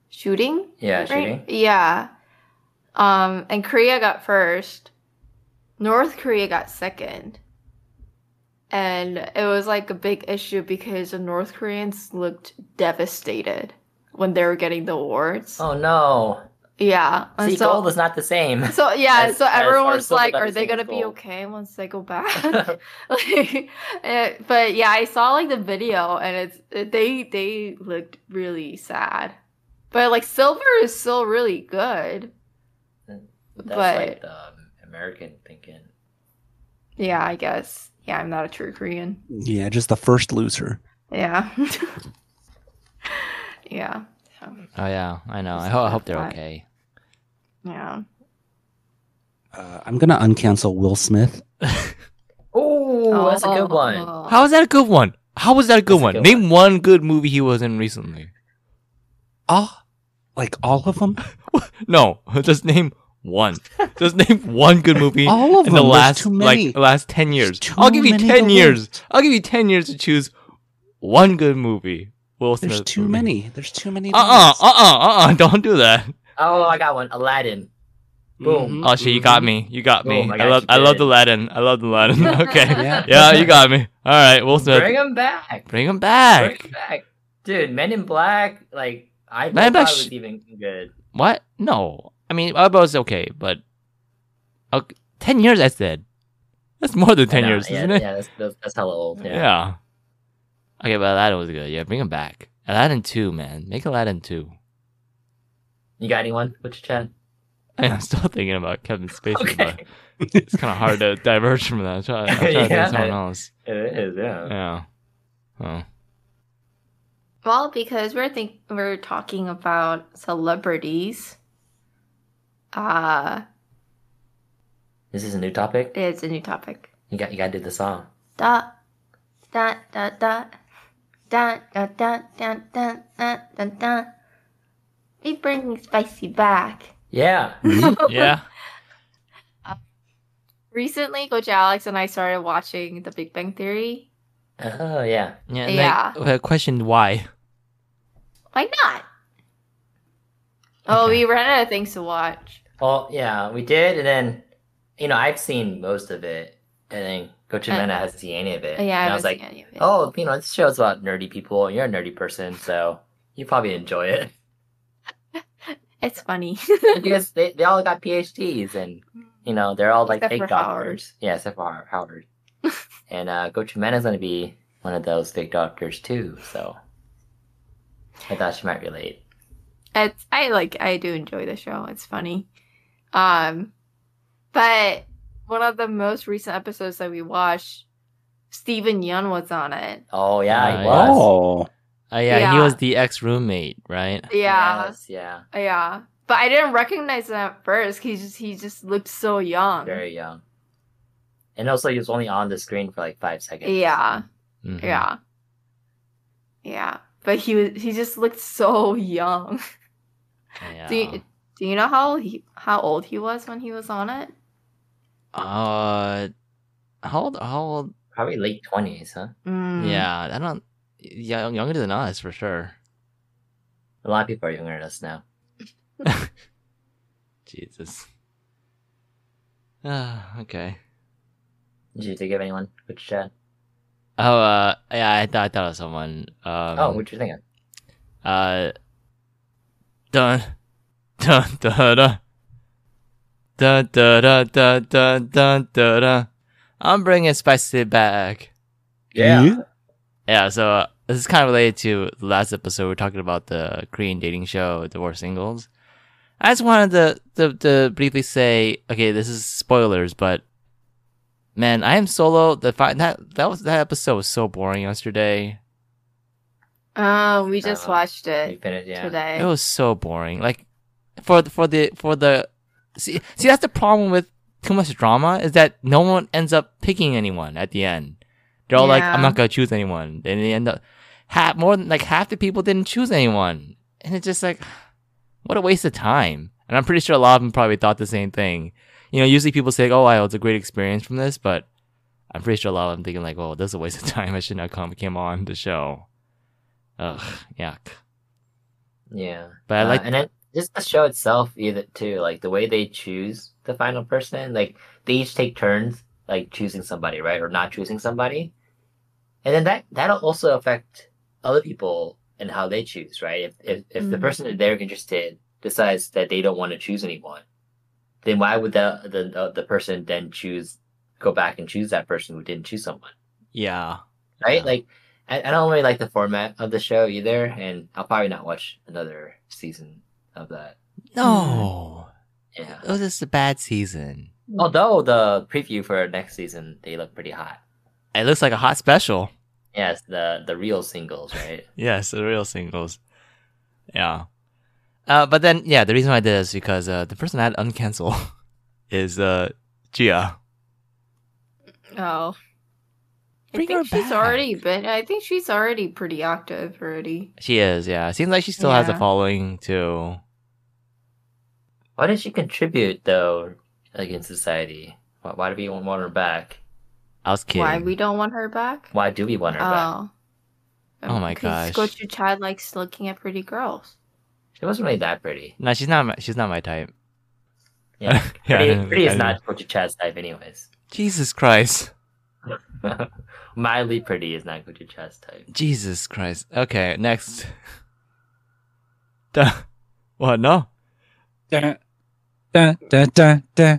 Speaker 5: shooting?
Speaker 3: Yeah,
Speaker 5: Right?
Speaker 3: shooting.
Speaker 5: Yeah. Um, and Korea got first. North Korea got second. And it was like a big issue because the North Koreans looked devastated when they were getting the awards.
Speaker 3: Oh no!
Speaker 5: Yeah. and
Speaker 3: See,
Speaker 5: so-
Speaker 3: gold is not the same.
Speaker 5: so yeah,
Speaker 3: As-
Speaker 5: so
Speaker 3: as our
Speaker 5: everyone's
Speaker 3: silver
Speaker 5: like,
Speaker 3: medal
Speaker 5: are they
Speaker 3: is
Speaker 5: gonna be
Speaker 3: gold.
Speaker 5: okay once they go back? like, uh, but yeah, I saw like the video, and it's it- they they looked really sad. But like silver is still really good.
Speaker 3: That's
Speaker 5: But-
Speaker 3: like the um, American thinking.
Speaker 5: Yeah, I guess. Yeah, I'm not a true Korean.
Speaker 4: Yeah, just the first loser.
Speaker 5: Yeah. yeah. So,
Speaker 2: Oh yeah, I know. I,
Speaker 5: Just
Speaker 2: ho- I hope they're
Speaker 5: clarify.
Speaker 2: okay.
Speaker 5: yeah.
Speaker 4: Uh, I'm gonna uncancel Will Smith.
Speaker 3: Ooh, that's a good one.
Speaker 5: Oh.
Speaker 2: How is that a good one? How was that a good
Speaker 3: That's a
Speaker 2: one?
Speaker 3: good
Speaker 2: Name one good movie he was in recently.
Speaker 4: Ah, like all of them.
Speaker 2: No, just name one. Just name one good movie
Speaker 4: All of
Speaker 2: in
Speaker 4: them.
Speaker 2: the
Speaker 4: There's
Speaker 2: last
Speaker 4: too many.
Speaker 2: like last ten years.
Speaker 4: too
Speaker 2: I'll give you
Speaker 4: many
Speaker 2: ten
Speaker 4: to
Speaker 2: years.
Speaker 4: list.
Speaker 2: I'll give you ten years to choose one good movie. Will
Speaker 4: There's
Speaker 2: Smith
Speaker 4: too
Speaker 2: movie.
Speaker 4: many. There's too many.
Speaker 2: Uh uh uh uh uh uh. Don't do that.
Speaker 3: Oh, I got one. Aladdin.
Speaker 4: Mm-hmm.
Speaker 3: boom.
Speaker 2: Oh shit, you got me. You got me.
Speaker 4: Oh
Speaker 3: Boom, I
Speaker 2: I,
Speaker 3: got
Speaker 2: love
Speaker 3: you
Speaker 2: I love
Speaker 3: good.
Speaker 2: the Aladdin. I love the Aladdin. okay.
Speaker 4: Yeah.
Speaker 2: Yeah, you got me. All right, Will Smith.
Speaker 3: Bring him back.
Speaker 2: Bring him
Speaker 3: Bring
Speaker 2: back.
Speaker 3: him back, dude. Men in Black. Like I
Speaker 2: Men in
Speaker 3: thought
Speaker 2: Black sh-
Speaker 3: was even good.
Speaker 2: What? No. I mean, I was okay, but okay, ten years. I said that's more than ten
Speaker 3: Nah,
Speaker 2: years,
Speaker 3: yeah,
Speaker 2: isn't it?
Speaker 3: Yeah, that's, that's, that's hella old. Yeah.
Speaker 2: Yeah. Okay, but Aladdin was good. Yeah, bring him back. Aladdin two, man. Make Aladdin two.
Speaker 3: You got anyone? What's your chat?
Speaker 2: I am still thinking about Kevin Spacey,
Speaker 3: Okay.
Speaker 2: but it's kind of hard to diverge from that. I'm trying, I'm trying to think
Speaker 3: Yeah.
Speaker 2: of someone else.
Speaker 3: It is, yeah.
Speaker 2: Yeah. Oh.
Speaker 5: Well, because we're think we're talking about celebrities. Uh
Speaker 3: This is a new topic.
Speaker 5: it's a new topic.
Speaker 3: You got you got to do the song.
Speaker 5: Da da da da da da da da da da da da. We bringing spicy back.
Speaker 3: Yeah. Uh,
Speaker 2: Mm-hmm. Yeah.
Speaker 5: Recently, Coach Alex and I started watching The Big Bang Theory.
Speaker 3: Oh yeah.
Speaker 2: Yeah.
Speaker 5: Yeah.
Speaker 2: And I, I questioned why.
Speaker 5: Why not? Oh,
Speaker 2: Okay.
Speaker 5: we ran out of things to watch.
Speaker 3: Well, yeah, we did, and then you know I've seen most of it, and then Coach
Speaker 5: Uh,
Speaker 3: Amanda hasn't seen any of it.
Speaker 5: Oh, yeah,
Speaker 3: and
Speaker 5: I,
Speaker 3: I, was like,
Speaker 5: haven't seen any of it.
Speaker 3: oh, you know, this show's about nerdy people. and You're a nerdy person, so you probably enjoy it.
Speaker 5: it's funny.
Speaker 3: because they, they all got PhDs, and you know they're all like
Speaker 5: Except
Speaker 3: fake
Speaker 5: for
Speaker 3: doctors. Yeah, except for Har- Howard. and uh, Coach Amanda's gonna be one of those fake doctors too. So I thought she might relate.
Speaker 5: it's i like i do enjoy the show it's funny um but one of the most recent episodes that we watched stephen yun was on it
Speaker 3: Oh yeah,
Speaker 2: Uh,
Speaker 3: he was.
Speaker 4: Oh,
Speaker 2: Uh, yeah, He
Speaker 5: Yeah.
Speaker 2: was the ex roommate, right?
Speaker 5: yeah
Speaker 3: Yes, yeah,
Speaker 5: yeah but i didn't recognize him at first he just he just looked so young
Speaker 3: very young. And also, he was only on the screen for like five seconds.
Speaker 5: yeah
Speaker 2: Mhm.
Speaker 5: yeah yeah but he was he just looked so young
Speaker 2: Yeah.
Speaker 5: do, you, do you know how he how old he was when he was on it
Speaker 2: uh, how old? How old?
Speaker 3: probably late twenties, huh?
Speaker 5: Mm.
Speaker 2: Yeah, I don't. Yeah, younger than us for sure.
Speaker 3: A lot of people are younger than us now.
Speaker 2: Jesus. Ah, okay.
Speaker 3: Did you think of anyone? Which uh, chat?
Speaker 2: Oh, uh, yeah, I thought I thought of someone. Um,
Speaker 3: oh, what you think of?
Speaker 2: uh, dun, dun, dun, dun, dun, dun, dun, dun, dun, dun, dun, dun. I'm bringing spicy back. Yeah, so uh, this is kind of related to the last episode. We are talking about the Korean dating show, Divorce Singles. I just wanted to, to, to briefly say, okay, this is spoilers, but man, I am solo. The fi- that that was that episode was so boring yesterday.
Speaker 5: oh we just
Speaker 3: Uh,
Speaker 5: watched
Speaker 3: You
Speaker 5: it
Speaker 3: finished, yeah.
Speaker 5: today
Speaker 2: It was so boring. Like for the- for the for the see see that's the problem with too much drama is that no one ends up picking anyone at the end. They're all like,
Speaker 5: Yeah.
Speaker 2: I'm not gonna choose anyone, and they end up half more than like half the people didn't choose anyone, and it's just like, what a waste of time. And I'm pretty sure a lot of them probably thought the same thing. You know, usually people say, "Oh, wow, it's a great experience from this," but I'm pretty sure a lot of them thinking like, "Oh, this is a waste of time. I should not come came on the show." Ugh, yuck.
Speaker 3: Yeah.
Speaker 2: But I
Speaker 3: Uh,
Speaker 2: like
Speaker 3: and it, just the show itself, either too, like the way they choose the final person, like they each take turns, like choosing somebody, right, or not choosing somebody, and then that that'll also affect other people and how they choose, right? If if, if the
Speaker 2: Mm-hmm.
Speaker 5: Mhm.
Speaker 3: person that they're interested decides that they don't want to choose anyone, then why would the the the, the person then choose go back and choose that person who didn't choose someone?
Speaker 2: yeah.
Speaker 3: right?
Speaker 2: Yeah.
Speaker 3: Like, I, I don't really like the format of the show either, and I'll probably not watch another season of that.
Speaker 2: No,
Speaker 3: Yeah.
Speaker 2: it was just a bad season.
Speaker 3: Although Oh, the preview for next season, they look pretty hot.
Speaker 2: It looks like a hot special.
Speaker 3: Yes, the the real singles, right?
Speaker 2: Yes, the real singles. Yeah. Uh, but then, yeah, the reason why I did is because uh, the person I had uncancel is uh, Gia.
Speaker 5: Oh. I
Speaker 2: Bring her
Speaker 5: think she's
Speaker 2: back.
Speaker 5: already been. I think she's already pretty active already.
Speaker 2: She is, yeah. Seems like she still has
Speaker 5: Yeah.
Speaker 2: a following too.
Speaker 3: Why did she contribute though, like in society? Why, why do we want want her back?
Speaker 2: I was kidding.
Speaker 5: Why we don't want her back?
Speaker 3: Why do we want her back?
Speaker 5: Oh.
Speaker 2: Oh my
Speaker 5: Because
Speaker 2: gosh.
Speaker 5: Gochu Chad likes looking at pretty girls.
Speaker 3: She wasn't really that pretty.
Speaker 2: no, she's not. My, she's not my type.
Speaker 3: Yeah,
Speaker 2: Yeah, I
Speaker 3: pretty,
Speaker 2: didn't-
Speaker 3: pretty
Speaker 2: I
Speaker 3: is not
Speaker 2: didn't-
Speaker 3: Gucci Chad's type, anyways.
Speaker 2: Jesus Christ.
Speaker 3: Mildly pretty is not Gucci Chad's type.
Speaker 2: Jesus Christ. Okay, next. Duh. What? No.
Speaker 4: Da, da, da, da, da.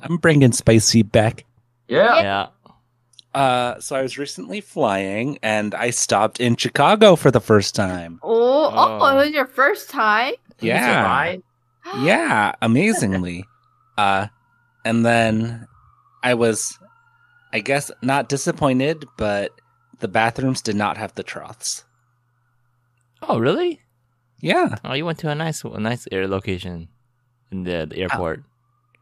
Speaker 4: I'm bringing spicy back.
Speaker 3: Yeah.
Speaker 2: Yeah.
Speaker 4: Uh, so I was recently flying, and I stopped in Chicago for the first time.
Speaker 5: Oh, oh,
Speaker 2: Oh.
Speaker 5: it was your first time.
Speaker 4: Yeah, yeah, amazingly. Uh, and then I was, I guess, not disappointed, but the bathrooms did not have the troughs.
Speaker 2: Oh, really?
Speaker 4: Yeah,
Speaker 2: Oh, you went to a nice, a nice air location in the, the airport.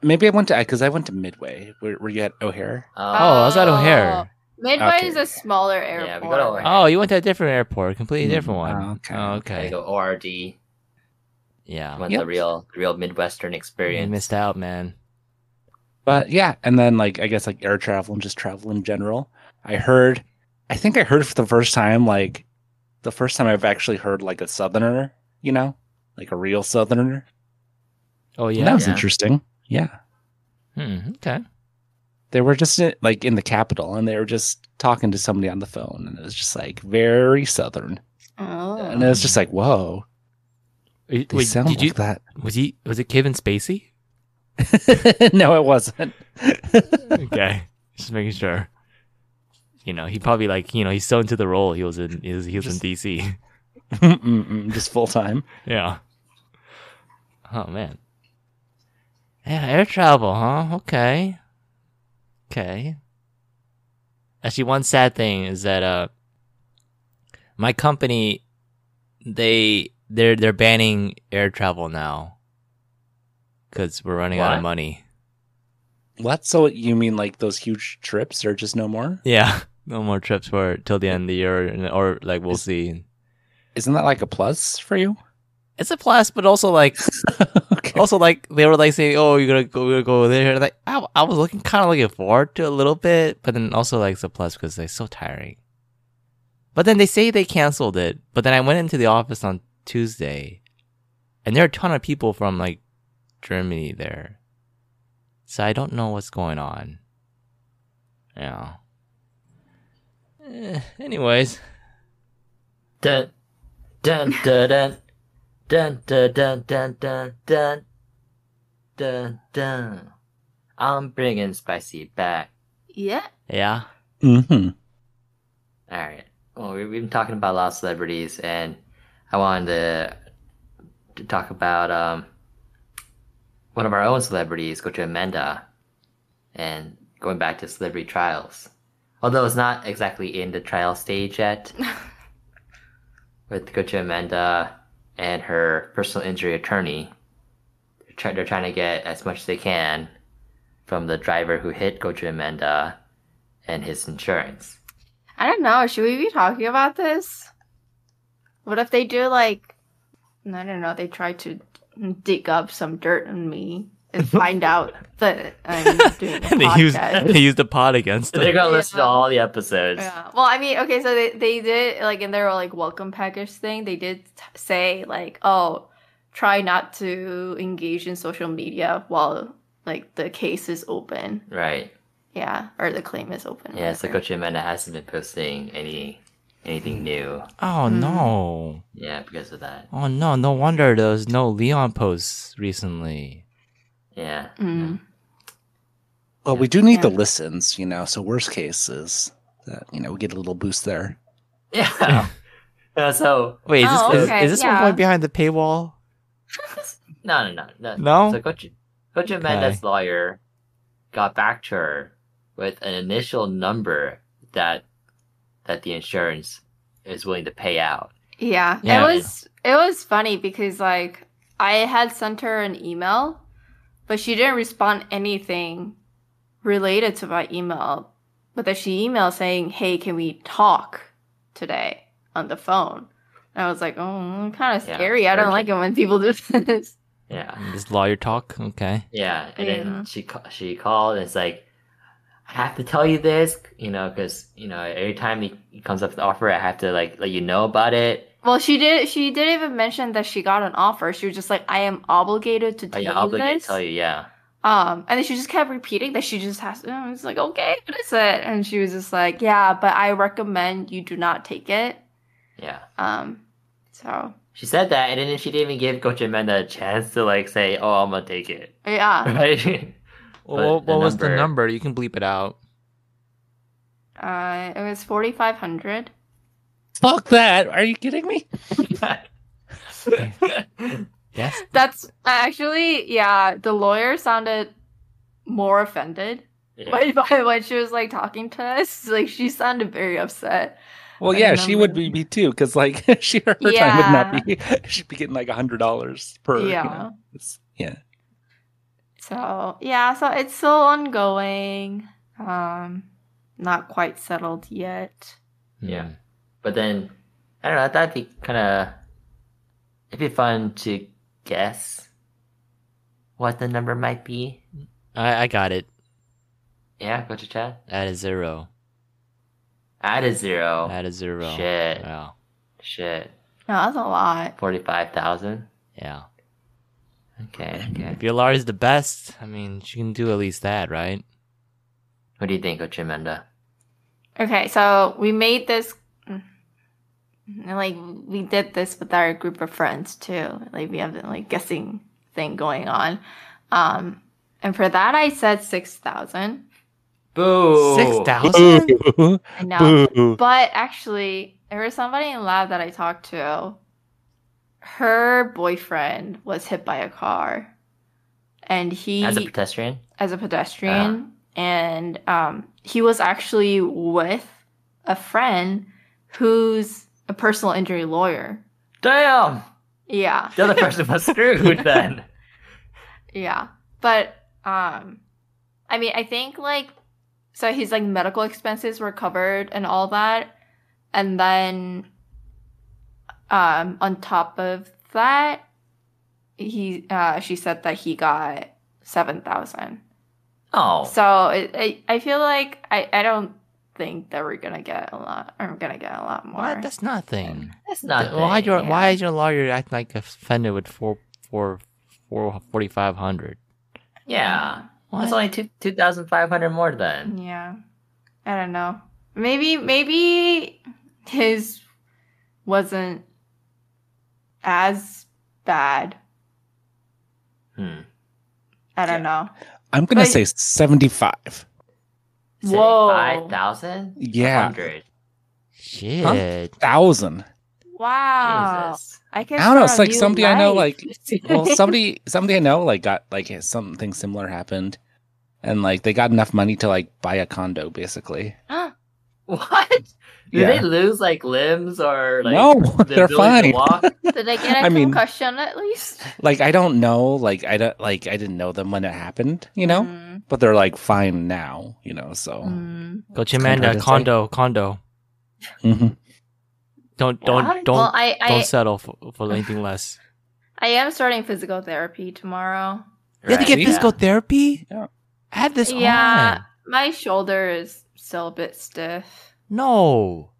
Speaker 4: maybe I went to because I went to Midway. Were, were you at O'Hare?
Speaker 2: Oh,
Speaker 3: Oh,
Speaker 2: I was at O'Hare.
Speaker 5: Midway
Speaker 4: Okay.
Speaker 5: is a smaller airport.
Speaker 3: Yeah, we got all right.
Speaker 2: Oh, you went to a different airport, completely
Speaker 4: Mm,
Speaker 2: different one.
Speaker 4: oh, okay.
Speaker 2: Oh,
Speaker 3: okay.
Speaker 2: okay.
Speaker 3: go ORD. I
Speaker 2: Yeah.
Speaker 3: want the
Speaker 4: Yep.
Speaker 3: real, real Midwestern
Speaker 2: You
Speaker 3: experience.
Speaker 2: missed out, man.
Speaker 4: But yeah, and then like I guess like air travel and just travel in general. I heard, I think I heard for the first time like the first time I've actually heard like a Southerner, you know, like a real Southerner.
Speaker 2: Oh
Speaker 4: Yeah, that
Speaker 2: yeah.
Speaker 4: was
Speaker 3: Yeah.
Speaker 4: interesting. Yeah,
Speaker 2: Hmm, okay.
Speaker 4: they were just in, like in the capital, and they were just talking to somebody on the phone, and it was just like very Southern,
Speaker 5: Oh.
Speaker 4: and it was just like whoa,
Speaker 2: Mm. Wait,
Speaker 4: they sound
Speaker 2: did
Speaker 4: like
Speaker 2: you?
Speaker 4: that.
Speaker 2: Was he? Was it Kevin Spacey?
Speaker 4: no, it wasn't.
Speaker 2: okay. Just making sure. You know, he probably like you know he's so into the role he was in he was, he was in
Speaker 4: Just-
Speaker 2: DC.
Speaker 4: Mm-mm-mm, just full time.
Speaker 2: yeah. Oh man. Yeah, air travel, huh? Okay. Okay. Actually, one sad thing is that uh, my company, they they're they're banning air travel now. Cause we're running out of
Speaker 3: What?
Speaker 2: money.
Speaker 4: What? So you mean like those huge trips are just no more?
Speaker 2: Yeah, no more trips for till the end of the year, and- or like we'll
Speaker 4: Is-
Speaker 2: see.
Speaker 4: Isn't that like a plus for you?
Speaker 2: It's a plus, but also like
Speaker 4: okay.
Speaker 2: also like they were like saying, "Oh, you're gonna go, you're gonna go there." Like I, I was looking kind of looking forward to it a little bit, but then also like it's a plus because they're so tiring. But then they say they canceled it. But then I went into the office on Tuesday, and there are a ton of people from like Germany there, so I don't know what's going on. Yeah. Eh, anyways,
Speaker 3: Dun, dun, dun, dun, dun, dun, dun, dun, dun, dun, dun, dun. I'm bringing spicy back.
Speaker 5: Yeah.
Speaker 2: yeah.
Speaker 4: Mm-hmm.
Speaker 3: All right. Well, we- we've been talking about a lot of celebrities, and I wanted to, to talk about um, one of our own celebrities, go to Amanda, and going back to celebrity trials. Although it's not exactly in the trial stage yet, with Gocha Amanda and her personal injury attorney, they're, try- they're trying to get as much as they can from the driver who hit Gocha Amanda and his insurance.
Speaker 5: I don't know. Should we be talking about this? What if they do like I don't know? They try to dig up some dirt on me and find out that I'm doing a
Speaker 2: and they use
Speaker 5: podcast.
Speaker 2: they use the pod against
Speaker 3: They're
Speaker 2: it.
Speaker 3: gonna listen to
Speaker 5: Yeah.
Speaker 3: all the episodes.
Speaker 5: Yeah. Well, I mean, okay, so they, they did like in their like welcome package thing, they did t- say like, oh, try not to engage in social media while like the case is open,
Speaker 3: Right.
Speaker 5: yeah, or the claim is open.
Speaker 3: Yeah, so
Speaker 5: whatever.
Speaker 3: Coach Amanda hasn't been posting any anything new.
Speaker 2: Oh no!
Speaker 3: Yeah, because of that.
Speaker 2: Oh no! No wonder there was no Leon posts recently.
Speaker 3: Yeah.
Speaker 5: Mm.
Speaker 4: Well, we do need the
Speaker 5: Yeah.
Speaker 4: listens, you know. So worst case is that you know we get a little boost there.
Speaker 3: Yeah. Uh, so
Speaker 2: Wait, is
Speaker 5: Oh,
Speaker 2: this, is-
Speaker 5: okay,
Speaker 2: is, this one
Speaker 5: yeah.
Speaker 2: going behind the paywall?
Speaker 3: no, no, no,
Speaker 2: No?
Speaker 3: So Coach, Coach Amanda's lawyer got back to her with an initial number that that the insurance is willing to pay out.
Speaker 5: Yeah.
Speaker 2: Yeah.
Speaker 5: It was it was funny because like I had sent her an email, but she didn't respond anything related to my email. But then she emailed saying, "Hey, can we talk today on the phone?" And I was like, "Oh, kind of
Speaker 3: Yeah,
Speaker 5: scary. I don't
Speaker 3: urgent.
Speaker 5: like it when people do this."
Speaker 3: Yeah.
Speaker 2: This lawyer talk. Okay.
Speaker 3: Yeah, and
Speaker 5: Yeah.
Speaker 3: then she ca- she called and it's like, I have to tell you this, you know, because you know every time he, he comes up with the offer, I have to like let you know about it.
Speaker 5: Well, she did. She didn't even mention that she got an offer. She was just like, "I am obligated to
Speaker 3: Are
Speaker 5: tell
Speaker 3: you
Speaker 5: you
Speaker 3: obligated
Speaker 5: this."
Speaker 3: to tell you? Yeah,
Speaker 5: Um, and then she just kept repeating that she just has to. I was like, okay, what is it? And she was just like, yeah, but I recommend you do not take it.
Speaker 3: yeah.
Speaker 5: Um, so
Speaker 3: She said that, and then she didn't even give Coach Amanda a chance to like say, "Oh, I'm gonna take it."
Speaker 5: yeah,
Speaker 3: Right? But
Speaker 2: Well, what
Speaker 3: the
Speaker 2: was the
Speaker 3: number-
Speaker 2: number? You can bleep it out.
Speaker 5: uh, it was forty five hundred.
Speaker 4: Fuck that! Are you kidding me?
Speaker 2: Yes.
Speaker 5: That's actually, yeah, the lawyer sounded more offended
Speaker 3: yeah.
Speaker 5: when, by when she was like talking to us. Like she sounded very upset.
Speaker 4: Well,
Speaker 5: I
Speaker 4: yeah, she would be
Speaker 5: remember.
Speaker 4: me too, because like she her time would not be. She'd be getting like a hundred dollars per. you
Speaker 5: Yeah.
Speaker 4: know, it's- yeah.
Speaker 5: So yeah, so it's still ongoing. Um, not quite settled yet.
Speaker 3: Yeah. But then I don't know. I thought it'd be kind of it'd be fun to guess what the number might be.
Speaker 2: I, I got it.
Speaker 3: Yeah, Coach Chad.
Speaker 2: At a zero.
Speaker 3: Add a zero.
Speaker 2: At a zero.
Speaker 3: Shit.
Speaker 2: Wow.
Speaker 3: Shit.
Speaker 5: No, that's a lot.
Speaker 3: Forty-five thousand.
Speaker 2: Yeah.
Speaker 3: Okay. Okay.
Speaker 2: If your lawyer's the best, I mean, she can do at least that, right?
Speaker 3: What do you think, Coach Amanda?
Speaker 5: Okay, so we made this, mm, like we did this with our group of friends too. Like we have the like guessing thing going on, um, and for that I said six thousand.
Speaker 3: Boo.
Speaker 2: Six thousand.
Speaker 4: Boo.
Speaker 5: I know,
Speaker 4: Boo.
Speaker 5: but actually, there was somebody in lab that I talked to. Her boyfriend was hit by a car, and he
Speaker 3: As a pedestrian.
Speaker 5: as a pedestrian and um, he was actually with a friend who's a personal injury lawyer
Speaker 3: Damn.
Speaker 5: yeah
Speaker 3: The other person was screwed then.
Speaker 5: yeah but um i mean i think like so his like medical expenses were covered and all that and then um on top of that he uh she said that he got 7000
Speaker 3: Oh.
Speaker 5: So it, I, I feel like I, I don't think that we're gonna get a lot. I'm gonna get a lot more.
Speaker 2: What? That's nothing.
Speaker 3: that's not.
Speaker 2: why your
Speaker 5: yeah.
Speaker 2: Why is your lawyer acting like offended with four four four forty five hundred?
Speaker 3: Yeah.
Speaker 2: What?
Speaker 3: That's only two two thousand five hundred more then.
Speaker 5: Yeah, I don't know. Maybe maybe his wasn't as bad.
Speaker 3: Hmm.
Speaker 5: I don't know.
Speaker 4: I'm gonna
Speaker 5: But-
Speaker 4: say seventy-five.
Speaker 5: Whoa.
Speaker 3: Five thousand.
Speaker 4: Yeah,
Speaker 3: Hundred.
Speaker 2: Shit.
Speaker 4: thousand.
Speaker 5: Wow.
Speaker 3: Jesus.
Speaker 5: I
Speaker 4: I
Speaker 5: can.
Speaker 4: don't know. It's
Speaker 5: start a
Speaker 4: like
Speaker 5: new
Speaker 4: somebody I know,
Speaker 5: life.
Speaker 4: like well, somebody somebody I know like got like something similar happened, and like they got enough money to like buy a condo basically.
Speaker 3: What? Did
Speaker 4: Yeah.
Speaker 3: they lose like limbs or like?
Speaker 4: no,
Speaker 3: the
Speaker 4: they're
Speaker 3: ability
Speaker 4: fine.
Speaker 3: to walk?
Speaker 5: Did I get a
Speaker 4: I mean-
Speaker 5: concussion at least?
Speaker 4: Like I don't know, like I don't like I didn't know them when it happened, you know.
Speaker 5: Mm,
Speaker 4: But they're like fine now, you know. So
Speaker 5: mm.
Speaker 2: Go to Amanda.
Speaker 4: Controversy.
Speaker 2: Condo. Condo.
Speaker 4: Mhm.
Speaker 2: Don't don't
Speaker 3: What?
Speaker 2: don't
Speaker 5: well, I I,
Speaker 2: don't settle for, for anything less.
Speaker 5: I am starting physical therapy tomorrow.
Speaker 2: You have to get
Speaker 4: Right.
Speaker 2: physical therapy.
Speaker 4: Yeah.
Speaker 2: Add this
Speaker 5: Yeah.
Speaker 2: on.
Speaker 5: My shoulder is still a bit stiff.
Speaker 2: No,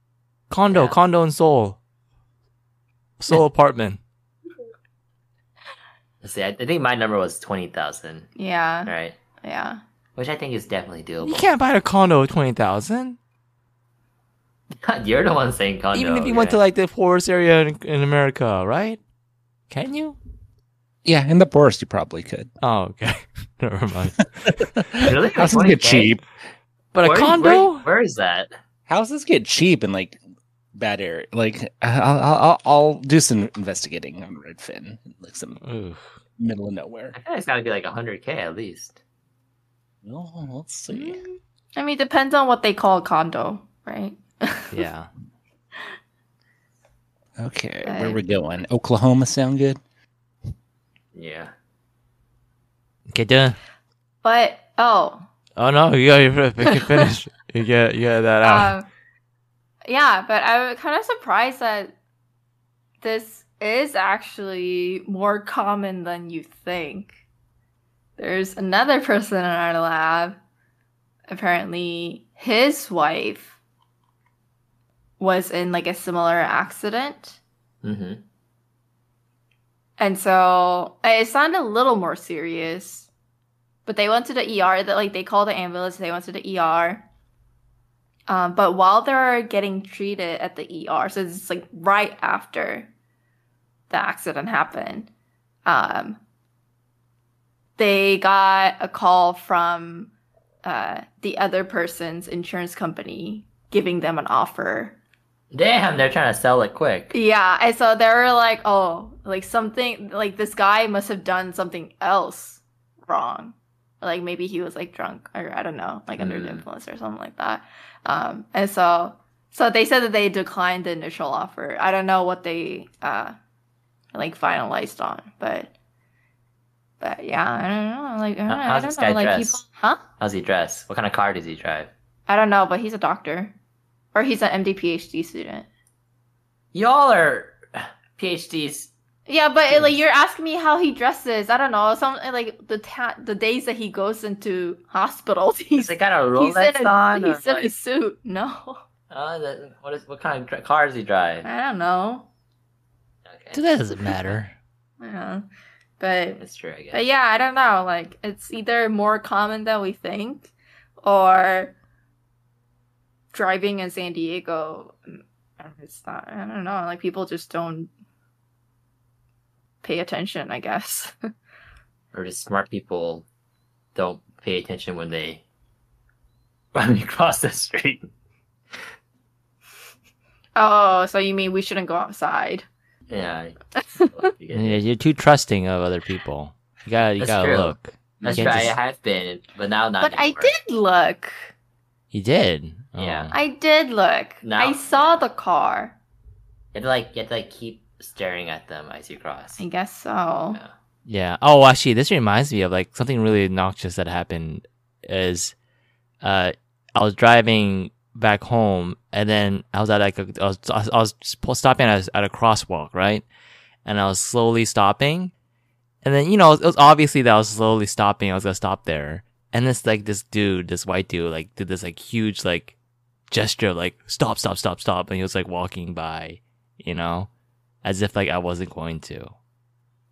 Speaker 2: condo,
Speaker 3: Yeah.
Speaker 2: condo in Seoul, Seoul apartment.
Speaker 3: Let's see, I, I think my number was twenty thousand. All
Speaker 5: Yeah.
Speaker 3: right,
Speaker 5: Yeah.
Speaker 3: which I think is definitely doable.
Speaker 2: You can't buy a condo with twenty thousand.
Speaker 3: You're the one saying condo.
Speaker 2: Even if you went to like the poorest area in, in America, right? Can you?
Speaker 4: Yeah, in the forest you probably could.
Speaker 2: Oh, okay. Never mind.
Speaker 3: Really?
Speaker 4: Houses
Speaker 3: 20K?
Speaker 4: get cheap.
Speaker 2: But
Speaker 3: Where-
Speaker 2: a
Speaker 3: where-
Speaker 2: condo?
Speaker 3: where is that?
Speaker 4: Houses get cheap in like bad area. Like I'll I'll, I'll, I'll do some investigating on Redfin, like some
Speaker 2: Ooh.
Speaker 4: middle of nowhere.
Speaker 3: I feel like it's got to be like hundred k at least.
Speaker 4: Oh, let's see.
Speaker 5: Mm. I mean, depends on what they call a condo, right?
Speaker 2: Yeah.
Speaker 5: Mm.
Speaker 4: Okay,
Speaker 5: Okay.
Speaker 4: where we going? Oklahoma sound good?
Speaker 3: Yeah.
Speaker 2: Okay, done.
Speaker 5: But oh,
Speaker 2: Oh no, you got your finish. You get you get that out.
Speaker 5: um, yeah. But I'm kind of surprised that this is actually more common than you think. There's another person in our lab. Apparently, his wife was in like a similar accident.
Speaker 3: hmm
Speaker 5: And so it sounded a little more serious. But they went to the ER that like they called the ambulance, they went to the ER. Um, but while they're getting treated at the ER, so it's like right after the accident happened, um, they got a call from uh, the other person's insurance company giving them an offer
Speaker 3: Damn, they're trying to sell it quick.
Speaker 5: yeah, and so they were like, oh, like something, like this guy must have done something else wrong. Like maybe he was like drunk or I don't know, like under the
Speaker 3: Mm.
Speaker 5: influence or something like that. Um, and so, so they said that they declined the initial offer. I don't know what they, uh, like finalized on, but, but yeah, I don't know. Like, I don't,
Speaker 3: How- how's
Speaker 5: I
Speaker 3: this
Speaker 5: don't know.
Speaker 3: guy
Speaker 5: Like
Speaker 3: dressed?
Speaker 5: people, huh?
Speaker 3: How's he dressed? What kind of car does he drive?
Speaker 5: I don't know, but he's a doctor or he's an MD PhD student.
Speaker 3: Y'all are PhDs.
Speaker 5: Yeah, but eh, like you're asking me how he dresses. I don't know. Some eh, like the ta- the days that he goes into hospitals,
Speaker 3: He's
Speaker 5: he's
Speaker 3: they got a
Speaker 5: he's
Speaker 3: Rolex
Speaker 5: in a,
Speaker 3: on. or,
Speaker 5: he's in a
Speaker 3: like-
Speaker 5: suit. No,
Speaker 3: Uh, that- what is what kind of dr- car does he drive?
Speaker 5: I don't know.
Speaker 3: Okay,
Speaker 2: Dude, that doesn't matter.
Speaker 5: I don't know. But
Speaker 3: that's true. I guess.
Speaker 5: but yeah, I don't know. Like it's either more common than we think, or driving in San Diego. mm, It's not. I don't know. Like people just don't pay attention. I guess.
Speaker 3: or just smart people don't pay attention when they when they cross the street.
Speaker 5: oh, so you mean we shouldn't go outside?
Speaker 3: Yeah.
Speaker 2: Yeah,
Speaker 3: I-
Speaker 2: you're too trusting of other people. You gotta you
Speaker 3: That's
Speaker 2: gotta
Speaker 3: true.
Speaker 2: look.
Speaker 3: That's
Speaker 2: You
Speaker 3: right.
Speaker 2: can't
Speaker 3: I
Speaker 2: just-
Speaker 3: have been, but now not.
Speaker 5: But I
Speaker 3: anymore.
Speaker 5: did look.
Speaker 2: You did.
Speaker 3: Yeah.
Speaker 2: Oh.
Speaker 5: I did look.
Speaker 3: No.
Speaker 5: I saw the car.
Speaker 3: You have to like you have to like keep staring at them as you cross.
Speaker 5: I guess so.
Speaker 3: Yeah.
Speaker 2: Yeah. Oh, actually, this reminds me of like something really obnoxious that happened. Is uh, I was driving back home, and then I was at like a, I was I was- I was sp- stopping at a, at a crosswalk, right? And I was slowly stopping, and then you know it was obviously that I was slowly stopping. I was gonna stop there, and this like this dude, this white dude, like did this like huge like gesture, of, like stop, stop, stop, stop, and he was like walking by, you know, as if like I wasn't going to.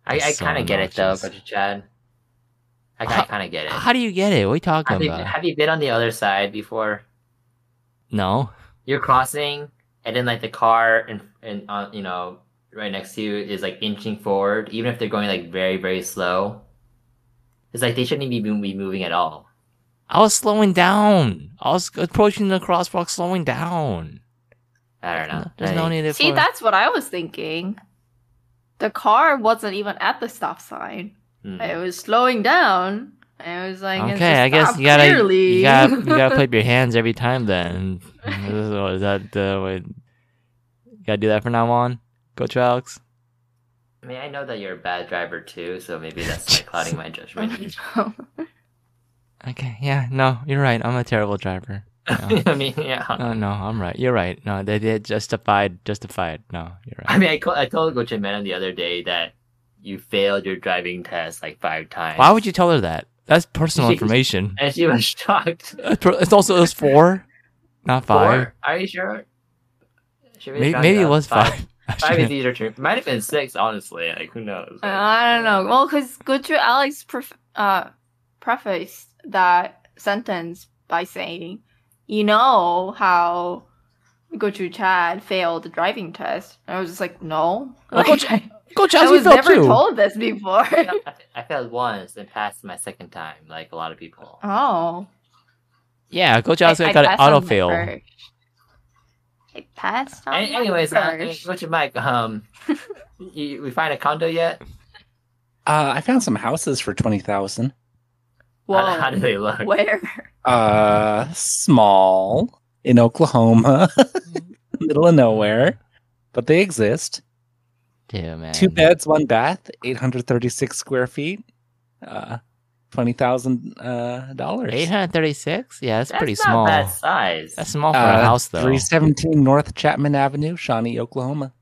Speaker 3: I, I
Speaker 2: That's so
Speaker 3: kind of get it though,
Speaker 2: obnoxious.
Speaker 3: Brother Chad. I, kind of get it.
Speaker 2: How do you get it? What are you talking
Speaker 3: Have you,
Speaker 2: about?
Speaker 3: have you been on the other side before?
Speaker 2: No.
Speaker 3: You're crossing, and then like the car and and on you know right next to you is like inching forward, even if they're going like very very slow. It's like they shouldn't even be moving at all.
Speaker 2: I was slowing down. I was approaching the crosswalk slowing down.
Speaker 3: I don't know.
Speaker 2: There's no
Speaker 3: Like,
Speaker 2: need
Speaker 5: See,
Speaker 2: for
Speaker 5: that's what I was thinking. The car wasn't even at the stop sign.
Speaker 3: mm.
Speaker 5: It was slowing down. I was like, it's
Speaker 2: Okay,
Speaker 5: a
Speaker 2: I guess
Speaker 5: stop,
Speaker 2: you gotta
Speaker 5: clearly.
Speaker 2: you gotta you gotta play with your hands every time then. Is that the way? Gotta do that from now on. Go, Alex.
Speaker 3: I mean, I know that you're a bad driver too, so maybe that's like clouding my judgment.
Speaker 2: Okay, yeah, no, you're right. I'm a terrible driver.
Speaker 3: I mean, yeah.
Speaker 2: No, no, I'm right. You're right. No, they they justified justified. No, you're right.
Speaker 3: I mean, I, co- I told Go Man the other day that you failed your driving test like five times.
Speaker 2: Why would you tell her that? That's personal
Speaker 3: She-
Speaker 2: information.
Speaker 3: And she was shocked.
Speaker 2: That's per- Uh, It's also it was four, not five.
Speaker 3: Four? Are you sure? She really
Speaker 2: Maybe,
Speaker 3: shocked
Speaker 2: maybe it
Speaker 3: up.
Speaker 2: was five. I
Speaker 3: Five
Speaker 2: shouldn't-
Speaker 3: is easier to. Might have been six, honestly. Like who knows?
Speaker 5: Uh, I don't know. Well, because Gucci Alex pref- uh, prefaced that sentence by saying, "You know how Gucci Chad failed the driving test." And I was just like, "No,
Speaker 2: Well,
Speaker 5: Like,
Speaker 2: Gucci-
Speaker 5: I,
Speaker 2: Coach
Speaker 5: I
Speaker 2: Ashley
Speaker 5: was
Speaker 2: fell
Speaker 5: never
Speaker 2: too.
Speaker 5: told this before."
Speaker 3: I, I failed once and passed my second time, like a lot of people.
Speaker 5: oh,
Speaker 2: Yeah, Coach
Speaker 5: I-
Speaker 2: Alex
Speaker 5: I
Speaker 2: got an
Speaker 5: passed on
Speaker 2: auto
Speaker 5: my
Speaker 2: fail.
Speaker 5: first. I passed on.
Speaker 3: An-
Speaker 5: my
Speaker 3: anyways, uh,
Speaker 5: first.
Speaker 3: what's your mic? Um, you, we find a condo yet?
Speaker 4: Uh, I found some houses for twenty thousand.
Speaker 3: How, how do
Speaker 5: Whoa,
Speaker 3: they look?
Speaker 5: where?
Speaker 4: Uh, small in Oklahoma, middle of nowhere, but they exist.
Speaker 2: Yeah, man.
Speaker 4: Two beds, one bath, eight hundred thirty-six square feet. Uh, twenty thousand uh, dollars.
Speaker 2: Eight hundred thirty-six. Yeah, that's,
Speaker 3: That's
Speaker 2: pretty
Speaker 3: not
Speaker 2: small.
Speaker 3: Bad size.
Speaker 2: That's small for a
Speaker 4: Uh,
Speaker 2: house, though.
Speaker 4: Three seventeen North Chapman Avenue, Shawnee, Oklahoma.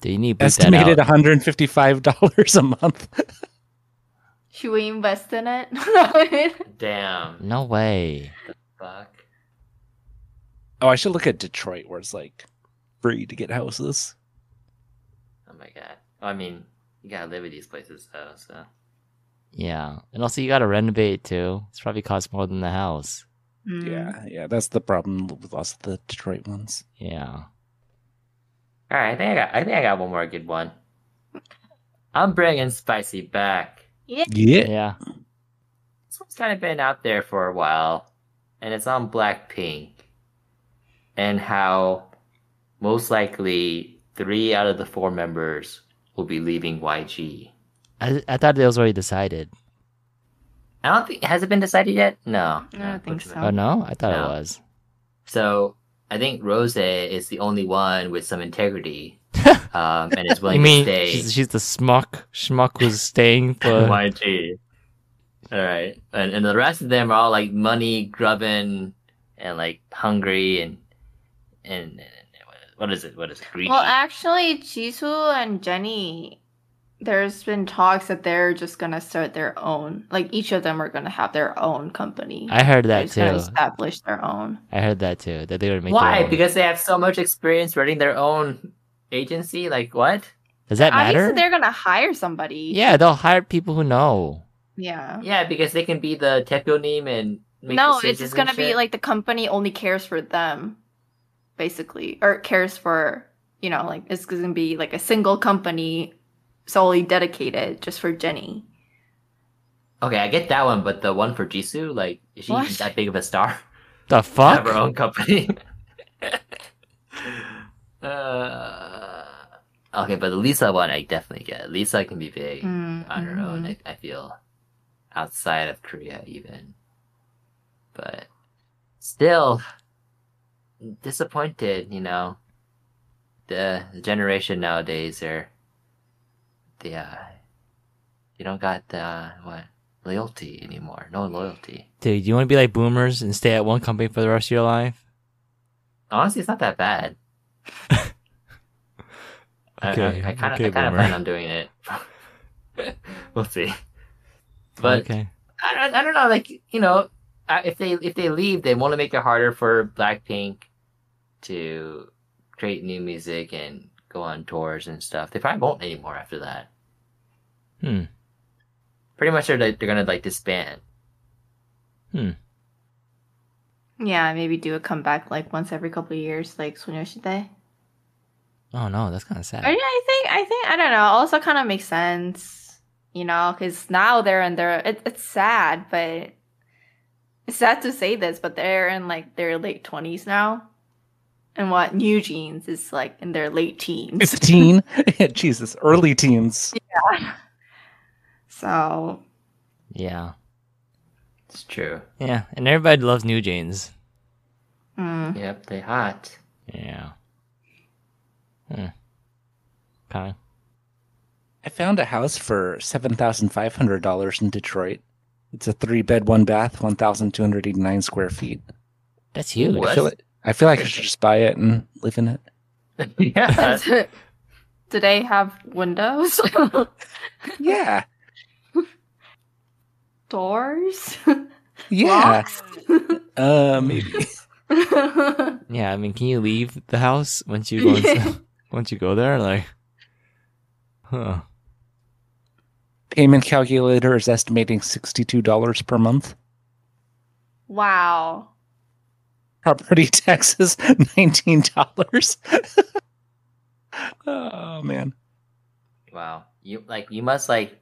Speaker 2: Do you need to boot that
Speaker 4: Estimated one
Speaker 2: out?
Speaker 4: hundred and fifty-five dollars a month.
Speaker 5: Should we invest in it?
Speaker 3: Damn.
Speaker 2: No way.
Speaker 3: Fuck.
Speaker 4: Oh, I should look at Detroit, where it's like free to get houses.
Speaker 3: Oh my god. I mean, you gotta live at these places though. So
Speaker 2: Yeah, and also you got to renovate too. It's probably cost more than the house. Mm.
Speaker 5: Hmm.
Speaker 4: Yeah, yeah, that's the problem with lots of the Detroit ones.
Speaker 2: Yeah.
Speaker 3: all right, I think I got. I think I got one more good one. I'm bringing spicy back.
Speaker 4: Yeah.
Speaker 2: Yeah.
Speaker 3: This one's kind of been out there for a while, and it's on Blackpink, and how most likely three out of the four members will be leaving YG.
Speaker 2: I, I thought it was already decided.
Speaker 3: I don't think has it been decided yet. No,
Speaker 5: I don't think so.
Speaker 2: Oh no, I thought
Speaker 3: No.
Speaker 2: it was.
Speaker 3: So I think Rose is the only one with some integrity, um, and is willing
Speaker 2: You mean
Speaker 3: to stay.
Speaker 2: she's, she's the smuck schmuck who's staying for?
Speaker 3: YG. All right, and and the rest of them are all like money grubbing and like hungry and and, and what is it? What is it? Greedy.
Speaker 5: Well, actually, Jisoo and Jenny, there's been talks that they're just gonna start their own. Like each of them are gonna have their own company.
Speaker 2: I heard
Speaker 5: They're
Speaker 2: that
Speaker 5: just gonna
Speaker 2: too.
Speaker 5: Establish their own.
Speaker 2: I heard that too. That they were making.
Speaker 3: Why? Because they have so much experience running their own agency. Like what?
Speaker 2: does that matter?
Speaker 5: Obviously, they're gonna hire somebody.
Speaker 2: Yeah, they'll hire people who know.
Speaker 5: Yeah.
Speaker 3: Yeah, because they can be the teponym and make
Speaker 5: no,
Speaker 3: decisions
Speaker 5: it's just
Speaker 3: and
Speaker 5: gonna be
Speaker 3: shit.
Speaker 5: like the company only cares for them, basically, or cares for you know, like it's gonna be like a single company solely dedicated just for Jenny.
Speaker 3: Okay, I get that one, but the one for Jisoo, like, is she
Speaker 5: What?
Speaker 3: even that big of a star?
Speaker 2: The
Speaker 3: To Have her
Speaker 2: fuck?
Speaker 3: own company. uh, okay, but the Lisa one, I definitely get. Lisa can be big
Speaker 5: Mm,
Speaker 3: on her own.
Speaker 5: mhm.
Speaker 3: I, I feel outside of Korea even, but still disappointed. You know, the, the generation nowadays are the uh, you don't got the uh, what loyalty anymore. No loyalty.
Speaker 2: Dude, you want to be like boomers and stay at one company for the rest of your life?
Speaker 3: Honestly, it's not that bad. I-
Speaker 2: Okay,
Speaker 3: I, I kind of
Speaker 2: okay,
Speaker 3: I kind of
Speaker 2: boomer.
Speaker 3: plan on doing it. we'll see. But
Speaker 2: okay.
Speaker 3: I, don't- I don't know. Like you know, I- if they if they leave, they want to make it harder for Blackpink to create new music and go on tours and stuff. They probably won't anymore after that.
Speaker 2: Hmm.
Speaker 3: Pretty much, they're like, they're gonna like disband.
Speaker 5: Yeah, maybe do a comeback like once every couple of years, like Soneoshide.
Speaker 2: Oh no, that's kind of
Speaker 5: I, mean,
Speaker 2: sad.
Speaker 5: I think I think I don't know. Also, kind of makes sense, you know, because now they're in their. It, it's sad, but it's sad to say this, but they're in like their late twenties now, and what New Jeans is like in their late
Speaker 4: It's
Speaker 5: teens.
Speaker 4: a teen. Jesus, early teens.
Speaker 5: so
Speaker 2: Yeah.
Speaker 3: It's true.
Speaker 2: Yeah, and everybody loves new jeans.
Speaker 5: mm,
Speaker 3: Yep, they hot.
Speaker 2: Yeah. Hmm. Okay.
Speaker 4: I found a house for seven thousand five hundred dollars in Detroit. It's a three bed, one bath, one thousand two hundred eighty nine square feet.
Speaker 2: That's huge.
Speaker 3: What?
Speaker 4: I feel, like, I feel like I should just buy it and live in it.
Speaker 3: yeah.
Speaker 5: Do they have windows?
Speaker 4: Yeah.
Speaker 5: Doors?
Speaker 4: Yeah. Uh, maybe.
Speaker 5: Locks?
Speaker 2: Yeah, I mean, can you leave the house once you go inside, once you go there? Like, huh?
Speaker 4: Payment calculator is estimating $62 per month.
Speaker 5: wow.
Speaker 4: Property taxes, $19. oh, man.
Speaker 3: Wow. You like you must like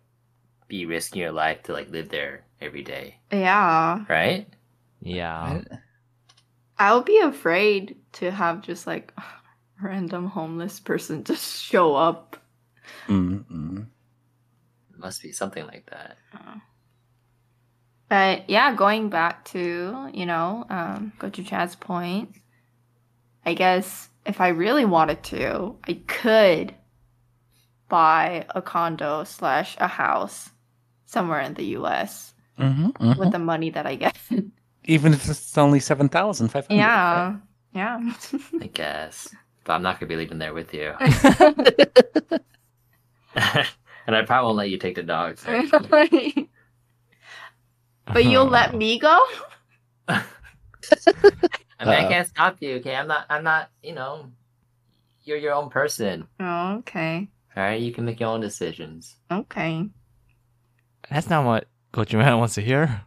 Speaker 3: be risking your life to like live there every day,
Speaker 5: Yeah.
Speaker 3: right?
Speaker 2: Yeah.
Speaker 5: I would be afraid to have just like random homeless person just show up.
Speaker 4: Mm-mm.
Speaker 3: must be something like that.
Speaker 5: But yeah, going back to, you know, um, go to Chad's point, I guess if I really wanted to, I could buy a condo slash a house somewhere in the US
Speaker 4: hmm
Speaker 5: with the money that I get.
Speaker 4: Even if it's only 7500
Speaker 5: yeah. Yeah.
Speaker 3: I guess. But I'm not gonna be leaving there with you. and I probably won't let you take the dogs.
Speaker 5: but you'll
Speaker 2: Uh-huh.
Speaker 5: let me go?
Speaker 3: I mean, I
Speaker 4: Uh-oh.
Speaker 3: can't stop you. Okay, I'm not. I'm not. You know, you're your own person.
Speaker 5: Oh, okay.
Speaker 3: All right, you can make your own decisions.
Speaker 5: Okay.
Speaker 2: That's not what Coach Man wants to hear.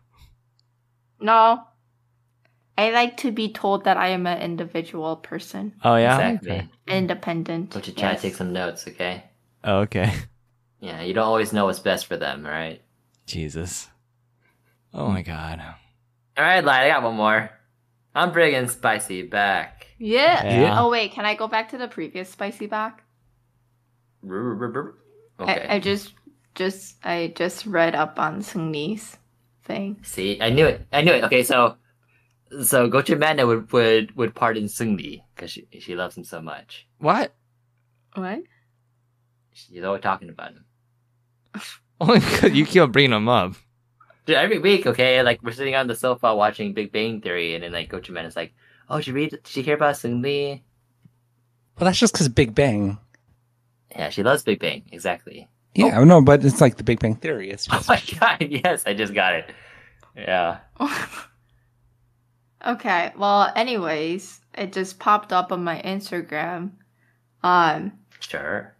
Speaker 5: No. I like to be told that I am an individual person.
Speaker 2: Oh yeah.
Speaker 3: exactly.
Speaker 2: Okay.
Speaker 5: Independent.
Speaker 3: Don't you try
Speaker 5: yes.
Speaker 3: to take some notes, okay?
Speaker 2: Oh, okay.
Speaker 3: Yeah, you don't always know what's best for them. All right.
Speaker 2: Jesus. Oh my God.
Speaker 3: All right, Light. I got one more. I'm bringing spicy back.
Speaker 5: Yeah.
Speaker 2: Yeah.
Speaker 5: Oh wait, can I go back to the previous spicy back?
Speaker 3: Okay.
Speaker 5: I, I just just I just read up on Sungni's thing.
Speaker 3: See, I knew it. I knew it. Okay, so so Gochu Manda would would would pardon Sungdi because she she loves him so much.
Speaker 2: What?
Speaker 5: What?
Speaker 3: She's always talking about him.
Speaker 2: Only because Oh you keep on bringing them up.
Speaker 3: Dude, every week, okay, like we're sitting on the sofa watching Big Bang Theory, and then like Gochu Manda's like, "Oh, did you read? Did you hear about Sungdi?
Speaker 4: Well, that's just because Big Bang.
Speaker 3: Yeah, she loves Big Bang. Exactly.
Speaker 4: Yeah,
Speaker 6: Oh.
Speaker 4: no, but it's like the Big Bang Theory. It's
Speaker 3: Oh
Speaker 4: just
Speaker 3: my god, yes, I just got it. Yeah.
Speaker 5: okay. Well, anyways, it just popped up on my Instagram. Um.
Speaker 3: Sure.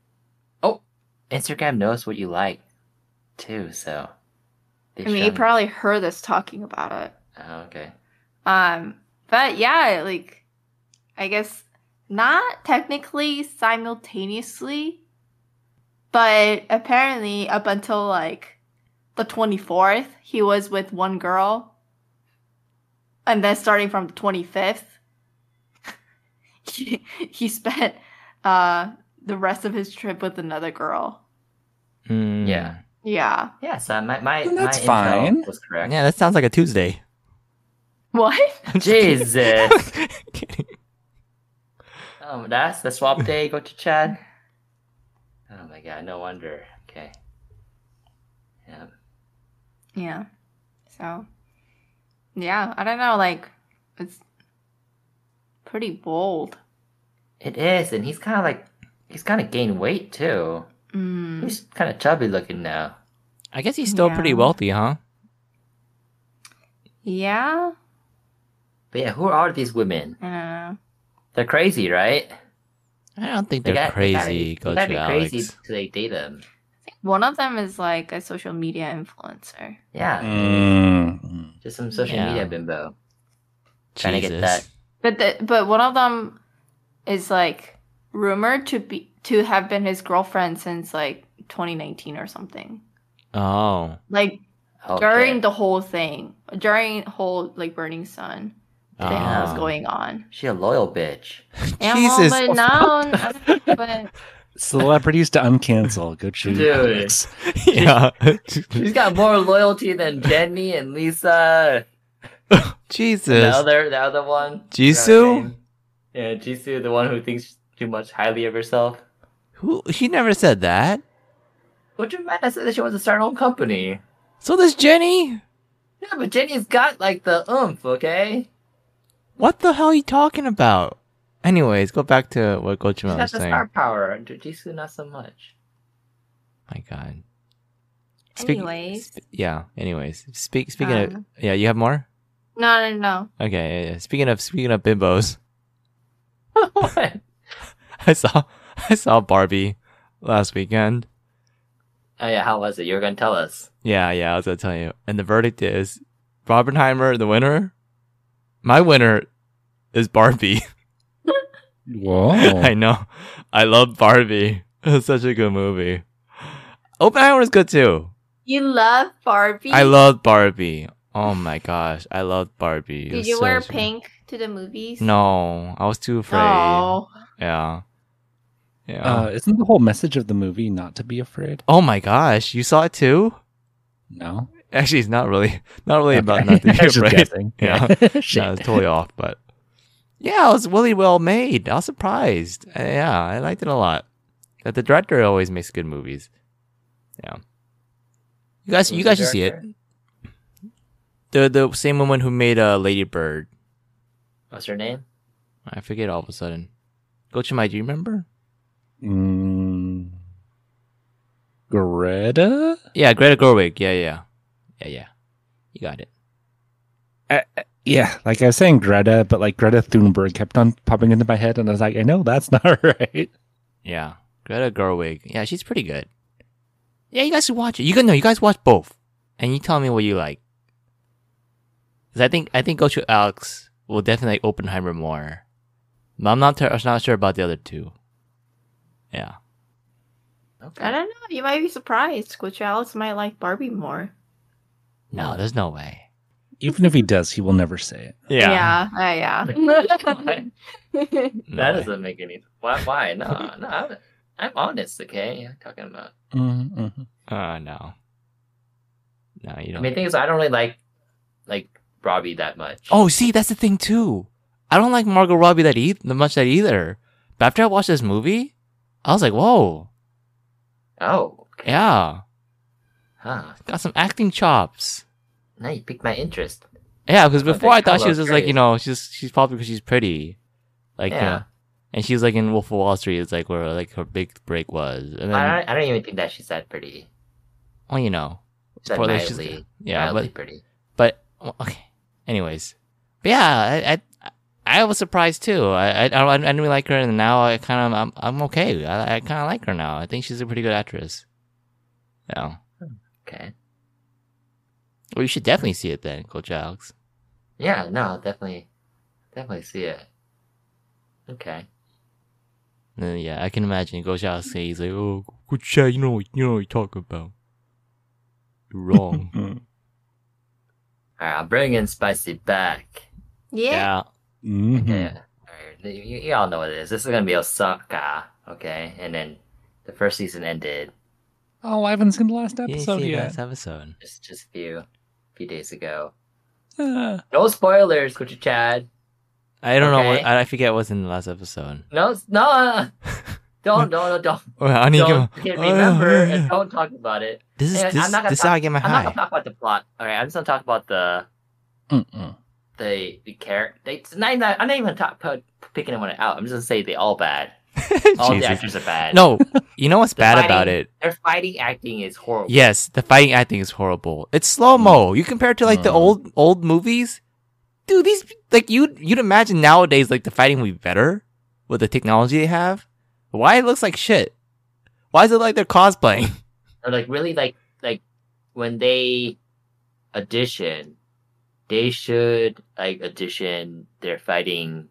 Speaker 3: Oh, Instagram knows what you like, too. So.
Speaker 5: I mean, you probably heard us talking about it.
Speaker 3: Oh, okay.
Speaker 5: Um, but yeah, like I guess not technically simultaneously, but apparently up until like the 24th, he was with one girl. And then starting from the 25th, he, he spent uh the rest of his trip with another girl.
Speaker 2: Mm.
Speaker 3: Yeah.
Speaker 5: Yeah.
Speaker 3: Yeah. So uh, my my
Speaker 4: Well, that's
Speaker 3: my info
Speaker 4: fine.
Speaker 3: was correct.
Speaker 2: Yeah, that sounds like a Tuesday.
Speaker 5: What?
Speaker 3: Jesus.
Speaker 2: Kidding.
Speaker 3: um, that's the swap day. Go to Chad. Oh my god, no wonder. Okay. Yeah.
Speaker 5: Yeah. So, yeah, I don't know. Like, it's pretty bold.
Speaker 3: It is, and he's kind of like, he's kind of gained weight too.
Speaker 5: Mm.
Speaker 3: He's kind of chubby looking now.
Speaker 2: I guess he's still pretty
Speaker 5: Yeah.
Speaker 2: wealthy, huh?
Speaker 5: Yeah.
Speaker 3: But yeah, who are these women?
Speaker 5: I don't know.
Speaker 3: They're crazy, right?
Speaker 2: I don't think
Speaker 3: They
Speaker 2: they're
Speaker 3: got- they gotta
Speaker 2: crazy,
Speaker 3: be- they gotta
Speaker 2: Coach
Speaker 3: be
Speaker 2: Alex.
Speaker 3: crazy to like date him.
Speaker 5: One of them is like a social media influencer.
Speaker 3: Yeah,
Speaker 4: Mm.
Speaker 3: just some social
Speaker 2: Yeah.
Speaker 3: media bimbo. Trying to
Speaker 2: Jesus.
Speaker 3: get that.
Speaker 5: But the, but one of them is like rumored to be to have been his girlfriend since like 2019 or something.
Speaker 2: Oh.
Speaker 5: Like
Speaker 3: Okay.
Speaker 5: during the whole thing, during whole like Burning Sun thing that was
Speaker 2: Oh.
Speaker 5: going on.
Speaker 3: she a loyal bitch.
Speaker 5: Yeah, well,
Speaker 2: Jesus.
Speaker 5: but now, but
Speaker 4: Celebrities to uncancel. Go choose.
Speaker 3: Dude.
Speaker 4: Alex.
Speaker 2: yeah.
Speaker 3: She's got more loyalty than Jenny and Lisa. The
Speaker 2: Jesus.
Speaker 3: other, the other one.
Speaker 2: Jisoo?
Speaker 3: Yeah, Jisoo, the one who thinks too much highly of herself.
Speaker 2: Who? She never said that.
Speaker 3: Which Amanda said that she wants to start her own company.
Speaker 2: So does Jenny.
Speaker 3: Yeah, but Jenny's got like the oomph, okay?
Speaker 2: What the hell are you talking about? Anyways, go back to what Gochima was
Speaker 3: That's the
Speaker 2: saying.
Speaker 3: star power. Jujutsu, not so much.
Speaker 2: My God.
Speaker 5: Anyways.
Speaker 2: sp- yeah. Anyways, speak. Speaking of
Speaker 5: Um.
Speaker 2: yeah, you have more.
Speaker 5: No, no, no.
Speaker 2: Okay. Yeah, yeah. Speaking of speaking of bimbos,
Speaker 3: what?
Speaker 2: I saw I saw Barbie last weekend.
Speaker 3: Oh yeah, how was it? You were gonna tell us.
Speaker 2: Yeah, yeah, I was gonna tell you. And the verdict is Barbenheimer, the winner. My winner is Barbie. I
Speaker 4: Oh.
Speaker 6: Whoa.
Speaker 2: know. I love Barbie. It's such a good movie. Oppenheimer is good too.
Speaker 5: You love Barbie.
Speaker 2: I love Barbie. Oh my gosh, I love Barbie.
Speaker 5: Did
Speaker 2: It's
Speaker 5: you wear
Speaker 2: such a-
Speaker 5: pink to the movies?
Speaker 2: No, I was too afraid.
Speaker 5: No.
Speaker 2: Yeah, yeah.
Speaker 6: Uh, isn't the whole message of the movie not to be afraid?
Speaker 2: oh my gosh, you saw it too?
Speaker 6: No.
Speaker 2: Actually, it's not really, not really about
Speaker 6: Okay.
Speaker 2: nothing.
Speaker 6: I was just
Speaker 2: right?
Speaker 6: guessing. Uh,
Speaker 2: Yeah.
Speaker 6: Shit.
Speaker 2: No, it's totally off, but yeah, it was really well made. I was surprised. Uh, yeah, I liked it a lot. That the director always makes good movies. Yeah, you guys,
Speaker 3: Who's
Speaker 2: you
Speaker 3: the
Speaker 2: guys should see it. The the same woman who made uh, Lady Bird.
Speaker 3: What's her name?
Speaker 2: I forget all of a sudden. Go to my. Do you remember?
Speaker 6: Mm. Greta?
Speaker 2: Yeah, Greta Gerwig. Yeah, yeah, yeah, yeah. You got it.
Speaker 6: Yeah, like I was saying Greta, but like Greta Thunberg kept on popping into my head, and I was like, I know that's not right.
Speaker 2: Yeah, Greta Gerwig. Yeah, she's pretty good. Yeah, you guys should watch it. You guys know you guys watch both, and you tell me what you like. 'Cause I think I think Go to Alex will definitely like Oppenheimer more. But I'm not ter- I'm not sure about the other two. Yeah,
Speaker 5: I don't know. You might be surprised. Coach Alex might like Barbie more.
Speaker 2: no, there's no way.
Speaker 6: Even if he does, he will never say it.
Speaker 5: Yeah.
Speaker 3: What?
Speaker 5: Uh, yeah.
Speaker 2: No
Speaker 3: that
Speaker 2: way.
Speaker 3: doesn't make any. Why? Why? No, no. I'm, I'm honest. Okay, You're talking about.
Speaker 6: Mm-hmm.
Speaker 2: Uh, no. No, you
Speaker 3: I
Speaker 2: don't.
Speaker 3: mean, the thing is, I don't really like like Robbie that much.
Speaker 2: Oh, see, that's the thing too. I don't like Margot Robbie that e- much that either. But after I watched this movie, I was like, whoa,
Speaker 3: oh,
Speaker 2: yeah,
Speaker 3: huh.
Speaker 2: got some acting chops.
Speaker 3: Now you piqued my interest.
Speaker 2: Yeah, because
Speaker 3: Oh,
Speaker 2: before
Speaker 3: they
Speaker 2: I thought she
Speaker 3: color
Speaker 2: was just like, you
Speaker 3: grade.
Speaker 2: know, she's she's popular because she's pretty, like uh, yeah.
Speaker 3: Yeah.
Speaker 2: and she was like in Wolf of Wall Street, it's like where like her big break was, and then
Speaker 3: I don't, I don't even think that she's that pretty.
Speaker 2: well, you know,
Speaker 3: She's that
Speaker 2: probably she's-
Speaker 3: mildly,
Speaker 2: yeah,
Speaker 3: mildly
Speaker 2: but
Speaker 3: pretty.
Speaker 2: But well, okay. Anyways, but yeah, I I, I was surprised too. I I, I don't- I didn't really like her, and now I kind of I'm, I'm okay. I, I kind of like her now. I think she's a pretty good actress. Yeah.
Speaker 3: Okay.
Speaker 2: Well, you should definitely see it then, Coach Alex.
Speaker 3: Yeah, no, definitely, definitely see it. Okay.
Speaker 2: And then, yeah, I can imagine Coach Alex. He's like, oh, Coach, Alex, you know, you know what you're talking about. You're wrong.
Speaker 6: Mm-hmm.
Speaker 3: All right, I'll bring in Spicy back.
Speaker 2: yeah. Mm-hmm.
Speaker 6: Mm-hmm.
Speaker 3: Yeah. All right, you, you all know what it is. This is gonna be Osaka, okay? And then the first season ended
Speaker 6: Oh, I haven't seen the last
Speaker 2: You didn't
Speaker 6: episode
Speaker 2: see
Speaker 6: yet.
Speaker 2: last episode.
Speaker 3: just just a few, few days ago.
Speaker 6: Ah.
Speaker 3: No spoilers, Kuchi Chad.
Speaker 2: I don't know. What,
Speaker 3: Okay.
Speaker 2: I I forget what's in the last episode.
Speaker 3: No, no, don't, no, no, don't,
Speaker 2: Well, I need
Speaker 3: don't
Speaker 2: to-
Speaker 3: get-
Speaker 2: Oh, yeah,
Speaker 3: remember
Speaker 2: yeah,
Speaker 3: and
Speaker 2: yeah.
Speaker 3: don't talk about it.
Speaker 2: This is
Speaker 3: Yeah,
Speaker 2: this,
Speaker 3: I'm not gonna
Speaker 2: this is how I get my
Speaker 3: I'm not
Speaker 2: high.
Speaker 3: gonna talk about the plot. All right, I'm just gonna talk about the
Speaker 6: Mm-mm.
Speaker 3: the the character. It's not, even- I'm not even gonna talk about picking anyone out. I'm just gonna say they all bad. All the
Speaker 2: Jesus.
Speaker 3: actors are bad.
Speaker 2: No, you know what's
Speaker 3: The
Speaker 2: bad
Speaker 3: fighting-
Speaker 2: about it?
Speaker 3: their fighting acting is horrible.
Speaker 2: Yes, the fighting acting is horrible. It's slow mo. You compare it to like the
Speaker 6: Mm.
Speaker 2: old old movies, dude. These like you you'd imagine nowadays like the fighting would be better with the technology they have. Why it looks like shit? Why is it like they're cosplaying?
Speaker 3: or like really like like when they audition they should like audition their fighting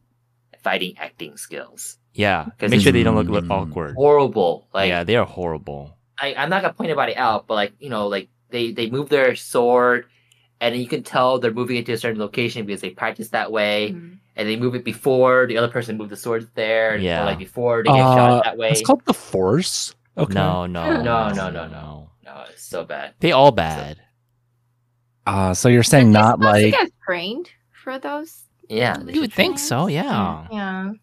Speaker 3: fighting acting skills
Speaker 2: yeah,
Speaker 3: 'Cause
Speaker 2: make sure they don't look,
Speaker 6: Mm.
Speaker 2: look awkward.
Speaker 3: horrible like
Speaker 2: yeah, they are horrible.
Speaker 3: I, i'm not gonna point anybody out but like you know like they they move their sword and you can tell they're moving it to a certain location because they practice that way
Speaker 2: Mm-hmm.
Speaker 5: Mhm.
Speaker 3: and they move it before the other person moved the sword there and-
Speaker 2: Yeah.
Speaker 3: or like before they get
Speaker 6: Uh,
Speaker 3: shot that way
Speaker 6: It's called The Force. Okay.
Speaker 2: No, no,
Speaker 3: No, no, no, no. no it's so bad
Speaker 2: They all bad.
Speaker 6: Uh, so you're saying not
Speaker 5: They're supposed to
Speaker 6: like.
Speaker 5: get trained for those.
Speaker 3: yeah they
Speaker 2: You would
Speaker 3: should
Speaker 2: think
Speaker 5: train.
Speaker 2: so. Yeah.
Speaker 5: Yeah.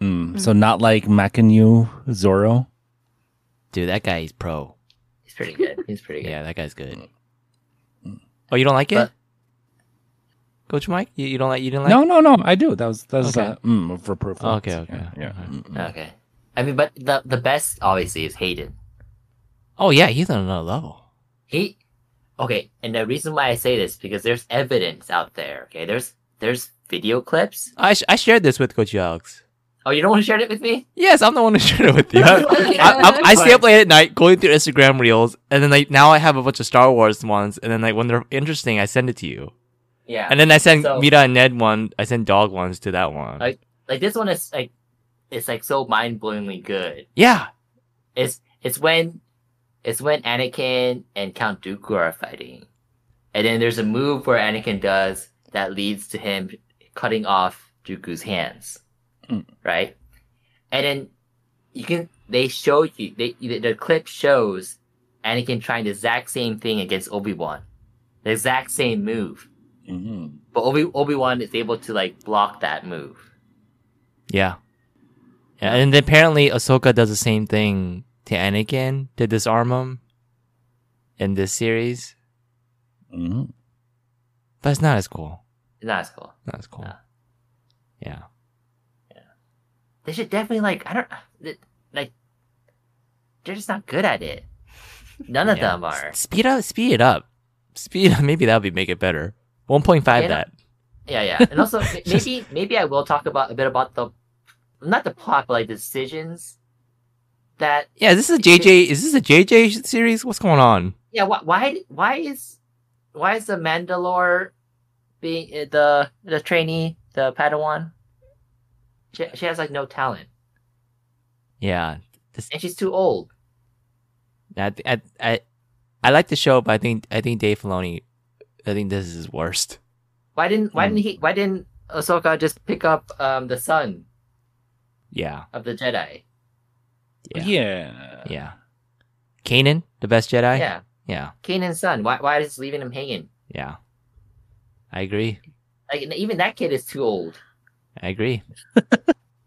Speaker 6: Mm, so not like Makinyu Zoro?
Speaker 2: dude, that guy is pro.
Speaker 3: train. he's pretty good he's pretty good
Speaker 2: Yeah, that guy's good.
Speaker 6: Mm.
Speaker 2: Oh, you don't like it?
Speaker 3: But-
Speaker 2: Coach Mike? You, you don't like you didn't like?
Speaker 6: No, no, no. I do. That was that was
Speaker 2: Okay.
Speaker 6: a mm of reproof.
Speaker 2: Okay, okay. Uh,
Speaker 6: Yeah.
Speaker 2: Alright.
Speaker 6: Mm, mm.
Speaker 3: Okay. I mean, but the the best obviously is Hayden.
Speaker 2: Oh yeah, he's on another level.
Speaker 3: He, okay. And the reason why I say this because there's evidence out there. Okay, there's there's video clips.
Speaker 2: I sh- I shared this with Coach Alex.
Speaker 3: Oh, you don't want to share it with me?
Speaker 2: Yes, I'm the one who shared it with you. I, I, I stay up late at night going through Instagram reels, and then like now I have a bunch of Star Wars ones, and then like when they're interesting, I send it to you,
Speaker 3: Yeah.
Speaker 2: and then I send
Speaker 3: So-
Speaker 2: Mita and Ned one, I send dog ones to that one.
Speaker 3: I- like this one is like, it's like so mind blowingly good.
Speaker 2: yeah,
Speaker 3: It's it's when, it's when Anakin and Count Dooku are fighting, and then there's a move where Anakin does that leads to him cutting off Dooku's hands,
Speaker 6: Mm.
Speaker 3: right? And then you can they show you they the, the clip shows Anakin trying the exact same thing against Obi Wan, the exact same move,
Speaker 6: Mhm.
Speaker 3: but Obi Obi Wan is able to like block that move.
Speaker 2: yeah, yeah. And then apparently Ahsoka does the same thing to Anakin to disarm him in this series,
Speaker 6: Mhm.
Speaker 2: but it's not as cool.
Speaker 3: Not as cool.
Speaker 2: Not as cool.
Speaker 3: Yeah.
Speaker 2: Yeah.
Speaker 3: they should definitely like I don't th- like they're just not good at it. None of
Speaker 2: Yeah.
Speaker 3: them are.
Speaker 2: S- Speed up. Speed it up. Speed. up. Maybe that would be make it better. 1.5
Speaker 3: Yeah.
Speaker 2: that.
Speaker 3: Yeah, yeah. And also m- maybe maybe I will talk about a bit about the not the plot but like decisions that
Speaker 2: Yeah, is this a JJ? Is this a JJ series? What's going on?
Speaker 3: yeah why why, why is why is the Mandalore being uh, the the trainee the Padawan she, she has like no talent
Speaker 2: Yeah,
Speaker 3: and she's too old.
Speaker 2: I, I, I, I like the show, but I think I think Dave Filoni, I think this is his worst.
Speaker 3: Why didn't why
Speaker 6: Hmm.
Speaker 3: didn't he why didn't Ahsoka just pick up um the son
Speaker 2: Yeah,
Speaker 3: of the Jedi?
Speaker 2: Yeah.
Speaker 6: Yeah.
Speaker 2: yeah. Kanan, the best Jedi.
Speaker 3: Uh, yeah.
Speaker 2: yeah,
Speaker 3: Kanan's son. Why why is leaving him hanging?
Speaker 2: yeah. I agree.
Speaker 3: Like n- even that kid is too old.
Speaker 2: I agree.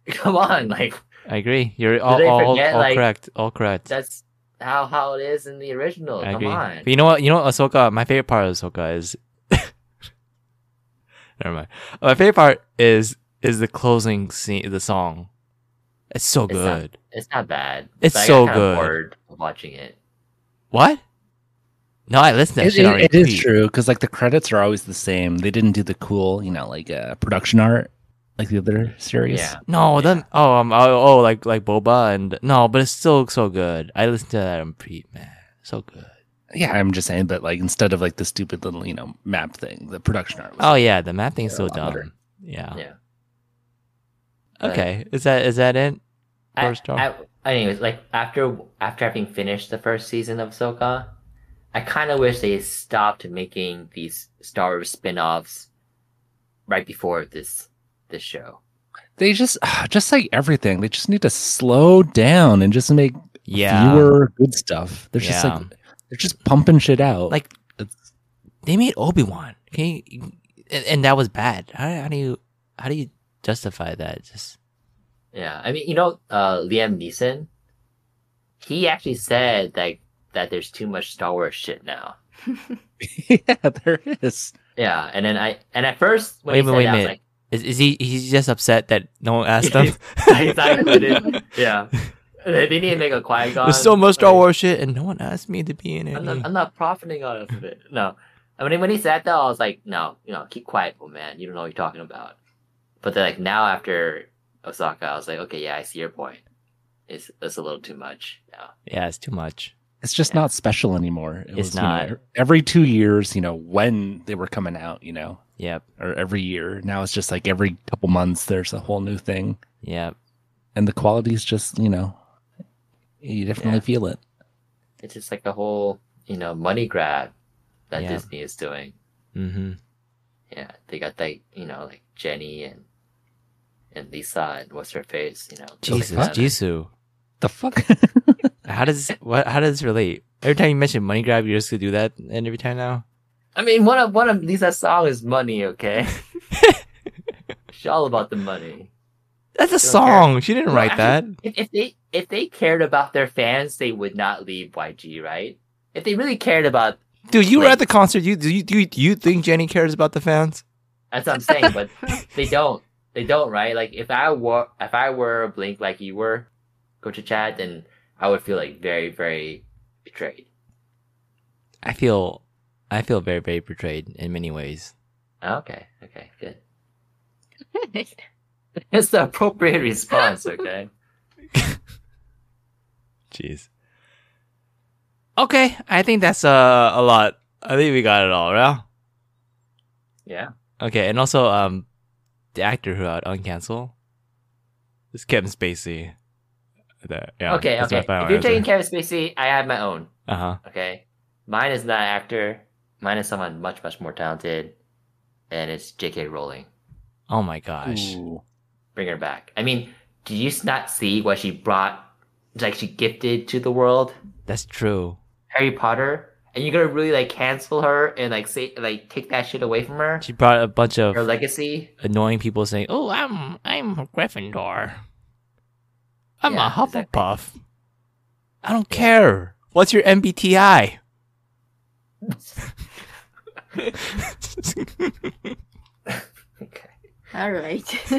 Speaker 3: Come on, like
Speaker 2: I agree. You're all,
Speaker 3: they
Speaker 2: all,
Speaker 3: forget,
Speaker 2: all
Speaker 3: like,
Speaker 2: correct. All correct.
Speaker 3: that's how how it is in the original.
Speaker 2: I
Speaker 3: Come
Speaker 2: agree.
Speaker 3: on.
Speaker 2: But you know what? You know what? Ahsoka. My favorite part of Ahsoka is. Never mind. Oh, My favorite part is is the closing scene, the song. It's so
Speaker 3: It's not-
Speaker 2: good.
Speaker 3: It's not bad.
Speaker 2: It's
Speaker 3: but I got
Speaker 2: so
Speaker 3: kinda
Speaker 2: good.
Speaker 3: Bored of watching it.
Speaker 2: What? No, I listened to that
Speaker 6: It-
Speaker 2: shit
Speaker 6: it-
Speaker 2: already.
Speaker 6: it is
Speaker 2: Pete.
Speaker 6: true because like the credits are always the same. They didn't do the cool, you know, like uh, production art like the other series.
Speaker 3: Yeah.
Speaker 2: No, then oh um oh, oh like like Boba and no, but it's still so good. I listened to that on Pete, man, so good.
Speaker 6: Yeah, I'm just saying that like instead of like the stupid little you know map thing, the production art. Was,
Speaker 2: Oh yeah, the map thing's so
Speaker 6: Yeah, I
Speaker 2: dumb.
Speaker 6: wonder.
Speaker 2: Yeah.
Speaker 3: Yeah.
Speaker 2: Okay, is that is that it?
Speaker 3: I,
Speaker 2: First off.
Speaker 3: I, anyways, like after after having finished the first season of Ahsoka, I kind of wish they stopped making these Star Wars spin-offs right before this this show.
Speaker 6: They just ah, just like everything. They just need to slow down and just make
Speaker 2: Yeah.
Speaker 6: fewer good stuff. They're just
Speaker 2: Yeah.
Speaker 6: like they're just pumping shit out.
Speaker 2: Like
Speaker 6: It's-
Speaker 2: they made Obi Wan. Can you? And, and that was bad. How, how do you how do you justify that? Just
Speaker 3: Yeah, I mean, you know, uh, Liam Neeson, he actually said that that there's too much Star Wars shit now.
Speaker 6: yeah, there is.
Speaker 3: Yeah, and then I and at first when
Speaker 2: Wait
Speaker 3: he
Speaker 2: a
Speaker 3: said
Speaker 2: minute,
Speaker 3: that,
Speaker 2: wait is, is he he's just upset that no one asked him?
Speaker 3: I was like, I didn't- yeah, they they need to make a quiet
Speaker 2: There's so much Star Wars shit, and no one asked me to be in it.
Speaker 3: I'm not, I'm not profiting off of it. No, I mean when he said that, I was like, no, you know, keep quiet, old man. You don't know what you're talking about. But then like now after Osaka, I was like, okay, yeah, I see your point. It's it's a little too much. Yeah.
Speaker 2: Yeah, it's too much.
Speaker 6: It's just
Speaker 3: Yeah.
Speaker 6: not special anymore. It
Speaker 2: It's
Speaker 6: you know,
Speaker 2: not.
Speaker 6: e- every two years, you know, when they were coming out, you know,
Speaker 2: Yep,
Speaker 6: or every year. Now it's just like every couple months there's a whole new thing.
Speaker 2: yep.
Speaker 6: And the quality's just, you know, you definitely
Speaker 3: Yeah.
Speaker 6: feel it.
Speaker 3: it's just like the whole you know money grab that
Speaker 2: Yeah.
Speaker 3: Disney is doing.
Speaker 2: Mm-hmm.
Speaker 3: Yeah, they got that you know like Jenny and and Lisa and what's her face, you know. those
Speaker 2: Jesus,
Speaker 3: kind of-
Speaker 2: Jisoo.
Speaker 6: The fuck?
Speaker 2: How does what? How does this relate? Every time you mention money grab, you're just gonna do that, and every time now.
Speaker 3: I mean, one of one of Lisa's song is money. Okay, she's all about the money.
Speaker 2: That's a
Speaker 3: She don't
Speaker 2: song. She didn't
Speaker 3: No,
Speaker 2: write that.
Speaker 3: actually, If, if they if they cared about their fans, they would not leave YG, right? If they really cared about,
Speaker 2: Dude, you were
Speaker 3: Wait.
Speaker 2: at the concert. You do you do you, do you think Jenny cares about the fans?
Speaker 3: That's what I'm saying, but they don't. They don't, right? Like if I were if I were Blink like you were, Coach Chad, then I would feel like very, very betrayed.
Speaker 2: I feel, I feel very, very portrayed in many ways.
Speaker 3: Okay, okay, good. It's the appropriate response, okay?
Speaker 2: Jeez. Okay, I think that's uh, a lot. I think we got it all, right?
Speaker 3: Yeah.
Speaker 2: Okay, and also um, the actor who I'd uncancel is Kevin Spacey. That- yeah,
Speaker 3: okay,
Speaker 2: that's
Speaker 3: okay.
Speaker 2: my final
Speaker 3: If you're
Speaker 2: answer.
Speaker 3: taking care of Spacey, I have my own.
Speaker 2: Uh-huh.
Speaker 3: Okay. Mine is not an actor. Mine is someone much, much more talented. And it's JK Rowling.
Speaker 2: Oh my gosh.
Speaker 4: Ooh.
Speaker 3: Bring her back. I mean, do you not see what she brought, like she gifted to the world?
Speaker 2: That's true.
Speaker 3: Harry Potter? And you're gonna really like cancel her and like say like take that shit away from her?
Speaker 2: She brought a bunch of
Speaker 3: Her legacy?
Speaker 2: annoying people saying, "Oh, I'm I'm a Gryffindor. I'm
Speaker 3: Yeah,
Speaker 2: a Hufflepuff. I don't care. What's your MBTI?"
Speaker 3: Okay.
Speaker 5: All right.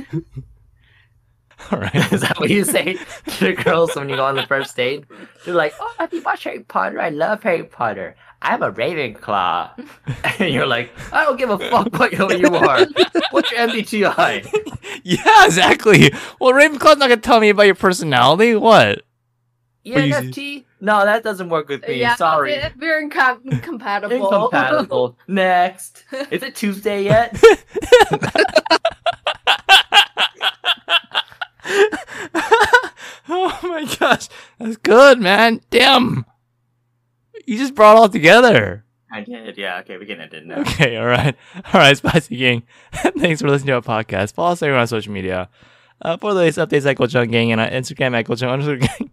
Speaker 2: All right.
Speaker 3: Is that what you say to the girls when you go on the first date? They're like, "Oh, have you watched Harry Potter? I love Harry Potter. I'm a Ravenclaw." And you're like, "I don't give a fuck what you, you are. What's your MBTI?"
Speaker 2: Yeah, exactly. Well, Ravenclaw's not gonna tell me about your personality. What?
Speaker 3: E ENFT? No, that doesn't work with me. Sorry.
Speaker 5: it- We're incom- incompatible.
Speaker 3: Incompatible. Next. Is it Tuesday yet?
Speaker 2: oh my gosh, that's good, man. Damn, you just brought it all together.
Speaker 3: I did. Yeah. Okay, we can end it now.
Speaker 2: Okay, all right. All right, Spicy Gang. Thanks for listening to our podcast. Follow us everywhere on social media. Uh, for the latest updates at Gochung Gang and on Instagram at Gochung underscore gang.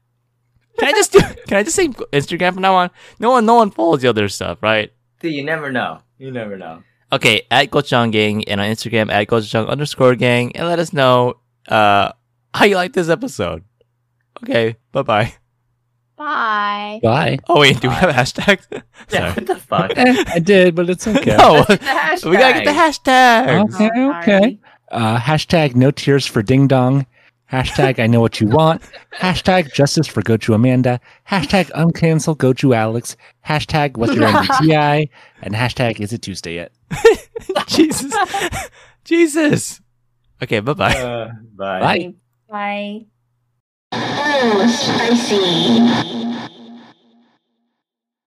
Speaker 2: Can I just do, can I just say Instagram from now on? No one no one follows the other stuff, right?
Speaker 3: Dude, you never know. You never know.
Speaker 2: Okay, at Gochung Gang and on Instagram at Gochung underscore gang and let us know uh how you like this episode. Okay, bye bye.
Speaker 5: Bye.
Speaker 6: Bye.
Speaker 2: Oh wait, do we have hashtags?
Speaker 3: Yeah,
Speaker 2: Sorry.
Speaker 3: what the fuck?
Speaker 6: Eh, I did, but it's okay.
Speaker 2: No,
Speaker 3: Let's get the
Speaker 2: we gotta get the hashtags.
Speaker 6: Okay, okay. Uh, hashtag no tears for ding dong. Hashtag I know what you want. Hashtag justice for Goju Amanda. Hashtag uncancel Goju Alex. Hashtag what's your MBTI. And hashtag is it Tuesday yet?
Speaker 2: Jesus. Jesus. Okay, bye bye.
Speaker 3: Uh, bye.
Speaker 6: Bye.
Speaker 5: Bye.
Speaker 1: Mmm, spicy.